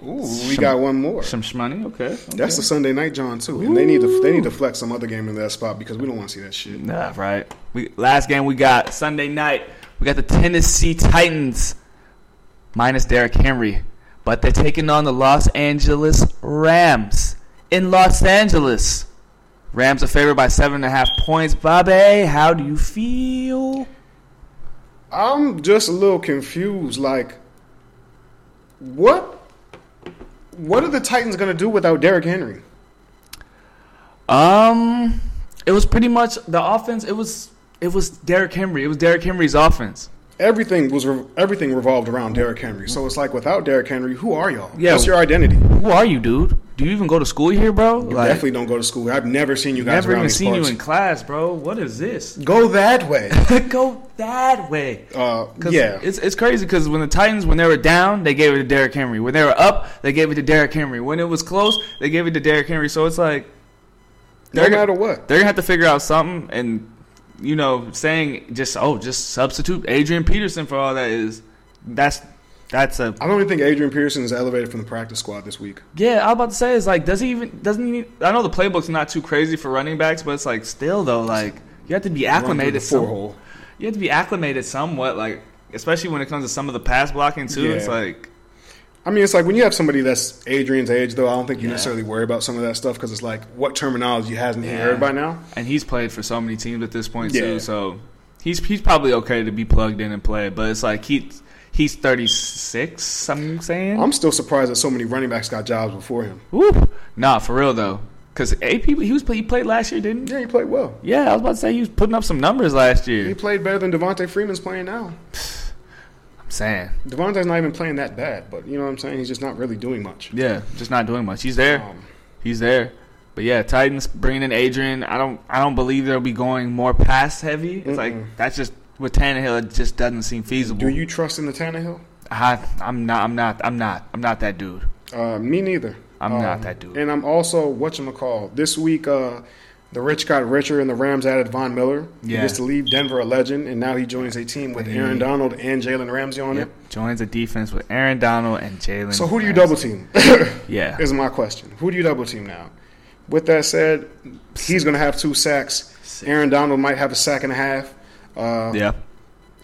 Speaker 2: Ooh, we got one more.
Speaker 3: Some shmoney, okay. okay.
Speaker 2: That's the Sunday night, John, too. And they need to they need to flex some other game in that spot because we don't want to see that shit.
Speaker 1: Nah, right. We last game we got Sunday night. We got the Tennessee Titans minus Derrick Henry, but they're taking on the Los Angeles Rams in Los Angeles. Rams are favored by seven and a half points. Bobby, how do you feel?
Speaker 2: I'm just a little confused. Like, what? What are the Titans gonna do without Derrick Henry?
Speaker 1: Um, it was pretty much the offense. It was it was Derrick Henry. It was Derrick Henry's offense.
Speaker 2: Everything was re- everything revolved around Derrick Henry. So it's like without Derrick Henry, who are y'all?
Speaker 1: Yeah.
Speaker 2: What's your identity?
Speaker 1: Who are you, dude? Do you even go to school here, bro? Like,
Speaker 2: Definitely don't go to school. I've never seen you guys
Speaker 1: never
Speaker 2: around
Speaker 1: even
Speaker 2: these
Speaker 1: seen
Speaker 2: parts.
Speaker 1: you in class, bro. What is this?
Speaker 2: go that way.
Speaker 1: go that way.
Speaker 2: Uh,
Speaker 1: 'Cause
Speaker 2: yeah.
Speaker 1: it's it's crazy because when the Titans when they were down, they gave it to Derrick Henry. When they were up, they gave it to Derrick Henry. When it was close, they gave it to Derrick Henry. So it's like
Speaker 2: no
Speaker 1: they're gonna-
Speaker 2: matter what.
Speaker 1: they're gonna have to figure out something and you know saying just oh just substitute adrian peterson for all that is that's that's a
Speaker 2: I don't even think Adrian Pearson is elevated from the practice squad this week.
Speaker 1: yeah i was about to say is like does he even doesn't he need, i know the playbook's not too crazy for running backs but it's like still though like you have to be acclimated
Speaker 2: four
Speaker 1: some,
Speaker 2: hole.
Speaker 1: you have to be acclimated somewhat like especially when it comes to some of the pass blocking too it's
Speaker 2: Yeah.
Speaker 1: like
Speaker 2: I mean, it's like when you have somebody that's Adrian's age, though. I don't think you
Speaker 1: Yeah.
Speaker 2: necessarily worry about some of that stuff because it's like what terminology hasn't he
Speaker 1: Yeah.
Speaker 2: heard by now?
Speaker 1: and he's played for so many teams at this point
Speaker 2: Yeah.
Speaker 1: too so he's he's probably okay to be plugged in and play but it's like he he's 36 i'm saying
Speaker 2: I'm still surprised that so many running backs got jobs before him.
Speaker 1: Woo. Nah, for real though, because AP he was play- he played last year, didn't he?
Speaker 2: Yeah, he played well.
Speaker 1: Yeah, I was about to say he was putting up some numbers last
Speaker 2: He
Speaker 1: year.
Speaker 2: played better than Devontae Freeman's playing now.
Speaker 1: I'm saying,
Speaker 2: Devontae's not even playing that bad, but you know what I'm saying? He's just not really doing much.
Speaker 1: yeah, just not doing much. He's there,
Speaker 2: Um,
Speaker 1: he's there. But yeah, Titans bringing in Adrian. I don't, I don't believe they'll be going more pass heavy. It's
Speaker 2: Mm-mm.
Speaker 1: like that's just with Tannehill. It just doesn't seem feasible.
Speaker 2: do you trust in the Tannehill?
Speaker 1: I, I'm not, I'm not, I'm not, I'm not that dude.
Speaker 2: Uh, me neither.
Speaker 1: I'm
Speaker 2: Um,
Speaker 1: not that dude.
Speaker 2: And I'm also whatchamacall. This week, uh, the rich got richer and the Rams added Von Miller. He
Speaker 1: Yeah.
Speaker 2: gets to leave Denver a legend, and now he joins a team with Aaron Donald and Jalen Ramsey on
Speaker 1: Yep. Joins a defense with Aaron Donald and Jalen.
Speaker 2: it. So who do you
Speaker 1: Ramsey.
Speaker 2: double team?
Speaker 1: Yeah,
Speaker 2: is my question. Who do you double team now? With that said, he's going to have two sacks. Aaron Donald might have a sack and a half. Uh, yeah.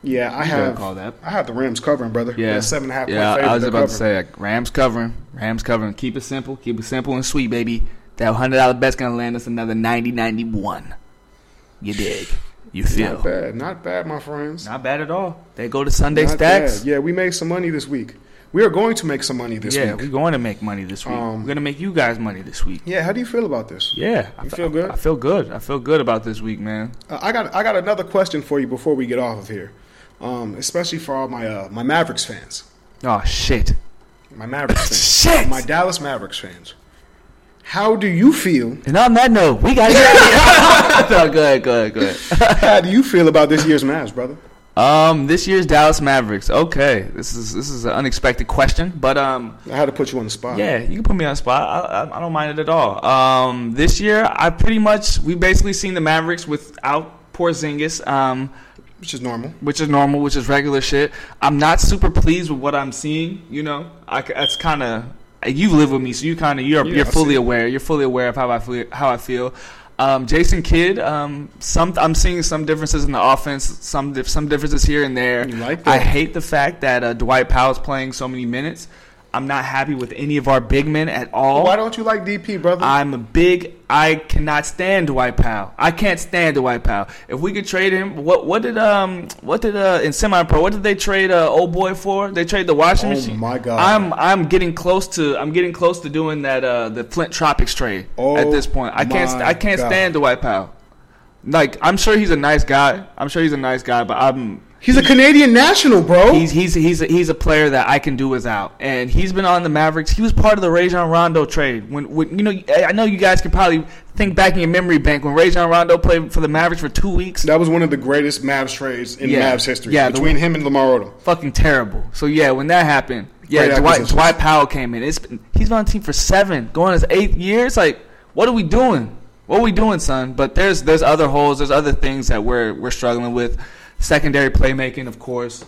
Speaker 1: yeah.
Speaker 2: I
Speaker 1: gotta
Speaker 2: have
Speaker 1: call that.
Speaker 2: I have the Rams covering, brother.
Speaker 1: Yeah,
Speaker 2: They're seven and a half.
Speaker 1: Yeah,
Speaker 2: point favorite,
Speaker 1: I was
Speaker 2: they're
Speaker 1: about to
Speaker 2: covering.
Speaker 1: say like, Rams covering, Rams covering. Keep it simple, keep it simple and sweet, baby. That hundred dollar bet's gonna land us another 90-91. You dig? You feel?
Speaker 2: Not bad, not bad, my friends.
Speaker 1: Not bad at all. They go to Sunday
Speaker 2: Not
Speaker 1: stacks.
Speaker 2: bad. Yeah, we made some money this week. We are going to make some money this
Speaker 1: Yeah,
Speaker 2: week.
Speaker 1: we're going to make money this week.
Speaker 2: Um,
Speaker 1: we're gonna make you guys money this week.
Speaker 2: Yeah, how do you feel about this?
Speaker 1: Yeah, I
Speaker 2: You
Speaker 1: fe-
Speaker 2: feel good?
Speaker 1: I feel good. I feel good about this week, man.
Speaker 2: Uh, I got I got another question for you before we get off of here, um, especially for all my uh, my Mavericks fans,
Speaker 1: Oh shit!
Speaker 2: my Mavericks fans,
Speaker 1: Shit!
Speaker 2: my Dallas Mavericks fans. How do you feel?
Speaker 1: and on that note, we gotta get out of here. no, go ahead, go ahead, go ahead.
Speaker 2: How do you feel about this year's Mavs, brother?
Speaker 1: Um, this year's Dallas Mavericks. Okay, this is this is an unexpected question, but um,
Speaker 2: I had to put you on the spot.
Speaker 1: yeah, you can put me on the spot. I, I, I don't mind it at all. Um, this year, I pretty much we basically seen the Mavericks without Porzingis. Um,
Speaker 2: which is normal.
Speaker 1: which is normal, which is regular shit. I'm not super pleased with what I'm seeing. You know, I c that's kind of you live with me, so you kind of you're
Speaker 2: Yeah,
Speaker 1: you're
Speaker 2: I
Speaker 1: fully
Speaker 2: see.
Speaker 1: aware. You're fully aware of how I feel. How I feel. Um, Jason Kidd, um, some I'm seeing some differences in the offense, some dif- some differences here and there.
Speaker 2: You like
Speaker 1: I
Speaker 2: that.
Speaker 1: hate the fact that uh, Dwight Powell's playing so many minutes. I'm not happy with any of our big men at all.
Speaker 2: Why don't you like DP, brother?
Speaker 1: I'm a big. I cannot stand Dwight Powell. I can't stand Dwight Powell. If we could trade him, what what did um what did uh in semi pro what did they trade uh old boy for? They trade the washing
Speaker 2: Oh
Speaker 1: machine.
Speaker 2: my God.
Speaker 1: I'm I'm getting close to I'm getting close to doing that uh the Flint Tropics trade
Speaker 2: Oh
Speaker 1: at this point. I can't st-
Speaker 2: my
Speaker 1: I can't
Speaker 2: God.
Speaker 1: stand Dwight Powell. Like I'm sure he's a nice guy. I'm sure he's a nice guy, but I'm
Speaker 2: he's a Canadian national, bro.
Speaker 1: He's he's he's a, he's a player that I can do without, and he's been on the Mavericks. He was part of the Rajon Rondo trade. When, when you know, I I know you guys can probably think back in your memory bank when Rajon Rondo played for the Mavericks for two weeks.
Speaker 2: that was one of the greatest Mavs trades in
Speaker 1: Yeah.
Speaker 2: Mavs history.
Speaker 1: Yeah, the-
Speaker 2: between him and Lamar Odom.
Speaker 1: Fucking terrible. So yeah, when that happened,
Speaker 2: Great
Speaker 1: yeah, Dwight,
Speaker 2: acquisitions.
Speaker 1: Dwight Powell came in. It's been, he's been on the team for seven, going his eighth year. It's like, what are we doing? what we doing, son? But there's there's other holes. There's other things that we're we're struggling with. Secondary playmaking, of course.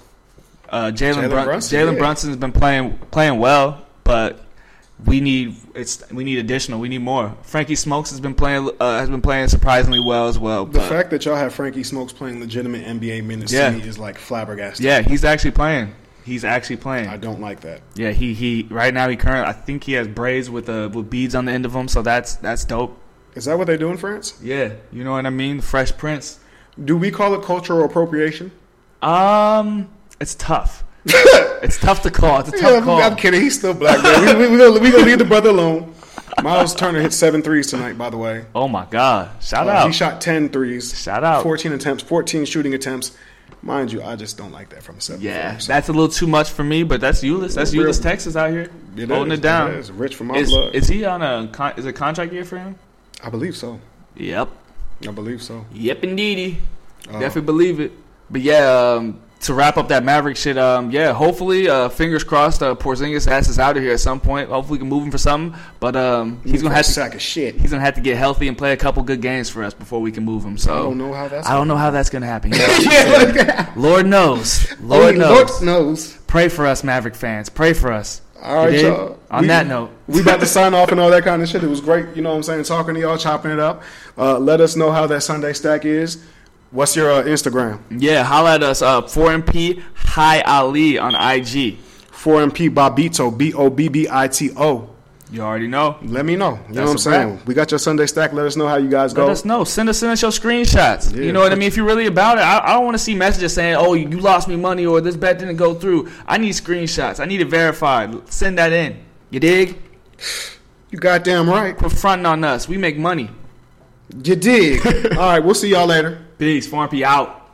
Speaker 1: Uh, Jalen
Speaker 2: Jalen
Speaker 1: Brun-
Speaker 2: Brunson,
Speaker 1: Jalen
Speaker 2: yeah.
Speaker 1: Brunson's been playing playing well, but we need it's we need additional. We need more. Frankie Smokes has been playing uh, has been playing surprisingly well as well.
Speaker 2: The
Speaker 1: but-
Speaker 2: fact that y'all have Frankie Smokes playing legitimate NBA minutes
Speaker 1: Yeah.
Speaker 2: to me is like flabbergasting.
Speaker 1: yeah, he's actually playing. He's actually playing.
Speaker 2: I don't like that.
Speaker 1: Yeah, he he right now he current I think he has braids with uh with beads on the end of them, so that's that's dope.
Speaker 2: Is that what they do in France?
Speaker 1: Yeah, you know what I mean? Fresh Prince.
Speaker 2: Do we call it cultural appropriation?
Speaker 1: Um it's tough. it's tough to call. It's a tough
Speaker 2: Yeah, I'm,
Speaker 1: call.
Speaker 2: I'm kidding. He's still black. man. we, we, we, gonna, we gonna leave the brother alone. Miles Turner hit seven threes tonight, by the way.
Speaker 1: oh my god. Shout
Speaker 2: Uh, He
Speaker 1: out.
Speaker 2: shot 10 threes.
Speaker 1: Shout out.
Speaker 2: 14 attempts, 14 shooting attempts. Mind you, I just don't like that from a seven.
Speaker 1: yeah,
Speaker 2: footer.
Speaker 1: that's a little too much for me, but that's Euless. That's
Speaker 2: Real-
Speaker 1: Euless, Texas out here
Speaker 2: It
Speaker 1: holding
Speaker 2: is,
Speaker 1: it down.
Speaker 2: is. Rich for my
Speaker 1: Is,
Speaker 2: blood.
Speaker 1: is he on a con- is it contract year for him?
Speaker 2: I believe so.
Speaker 1: Yep.
Speaker 2: I believe so.
Speaker 1: Yep, indeedy.
Speaker 2: Uh,
Speaker 1: Definitely believe it. But yeah, um, to wrap up that Maverick shit, um, yeah, hopefully, uh, fingers crossed, uh, Porzingis ass is out of here at some point. Hopefully, we can move him for something. But um, he's gonna
Speaker 2: for a
Speaker 1: have to
Speaker 2: sack of shit.
Speaker 1: he's gonna have to get healthy and play a couple good games for us before we can move him.
Speaker 2: I don't
Speaker 1: So
Speaker 2: know how that's.
Speaker 1: I don't know how that's gonna happen.
Speaker 2: yeah, like,
Speaker 1: Lord knows.
Speaker 2: Lord,
Speaker 1: Lord knows.
Speaker 2: Lord knows.
Speaker 1: Pray for us, Maverick fans. Pray for us.
Speaker 2: All right,
Speaker 1: You dig?
Speaker 2: y'all.
Speaker 1: On
Speaker 2: We-
Speaker 1: that note,
Speaker 2: We about to sign off and all that kind of shit. It was great, you know what I'm saying? Talking to y'all, chopping it up. Uh, let us know how that Sunday stack is. What's your uh, Instagram?
Speaker 1: yeah, holla at us. Uh, 4MP Hi Ali on IG.
Speaker 2: 4MP Bobito, B O B B I T O.
Speaker 1: You already know.
Speaker 2: Let me know. You know
Speaker 1: That's
Speaker 2: what I'm
Speaker 1: a
Speaker 2: saying? We got your Sunday stack. Let us know how you guys
Speaker 1: Let
Speaker 2: go.
Speaker 1: us know. Send us, send us your screenshots.
Speaker 2: Yeah,
Speaker 1: you know what I
Speaker 2: put-
Speaker 1: mean. If you're really about it, I, I don't want to see messages saying, "Oh, you lost me money" or "This bet didn't go through." I need screenshots. I need it verified. Send that in. You dig?
Speaker 2: You goddamn right.
Speaker 1: Quit fronting on us. We make money.
Speaker 2: You dig. all right, we'll see y'all later.
Speaker 1: Peace. Farm P out.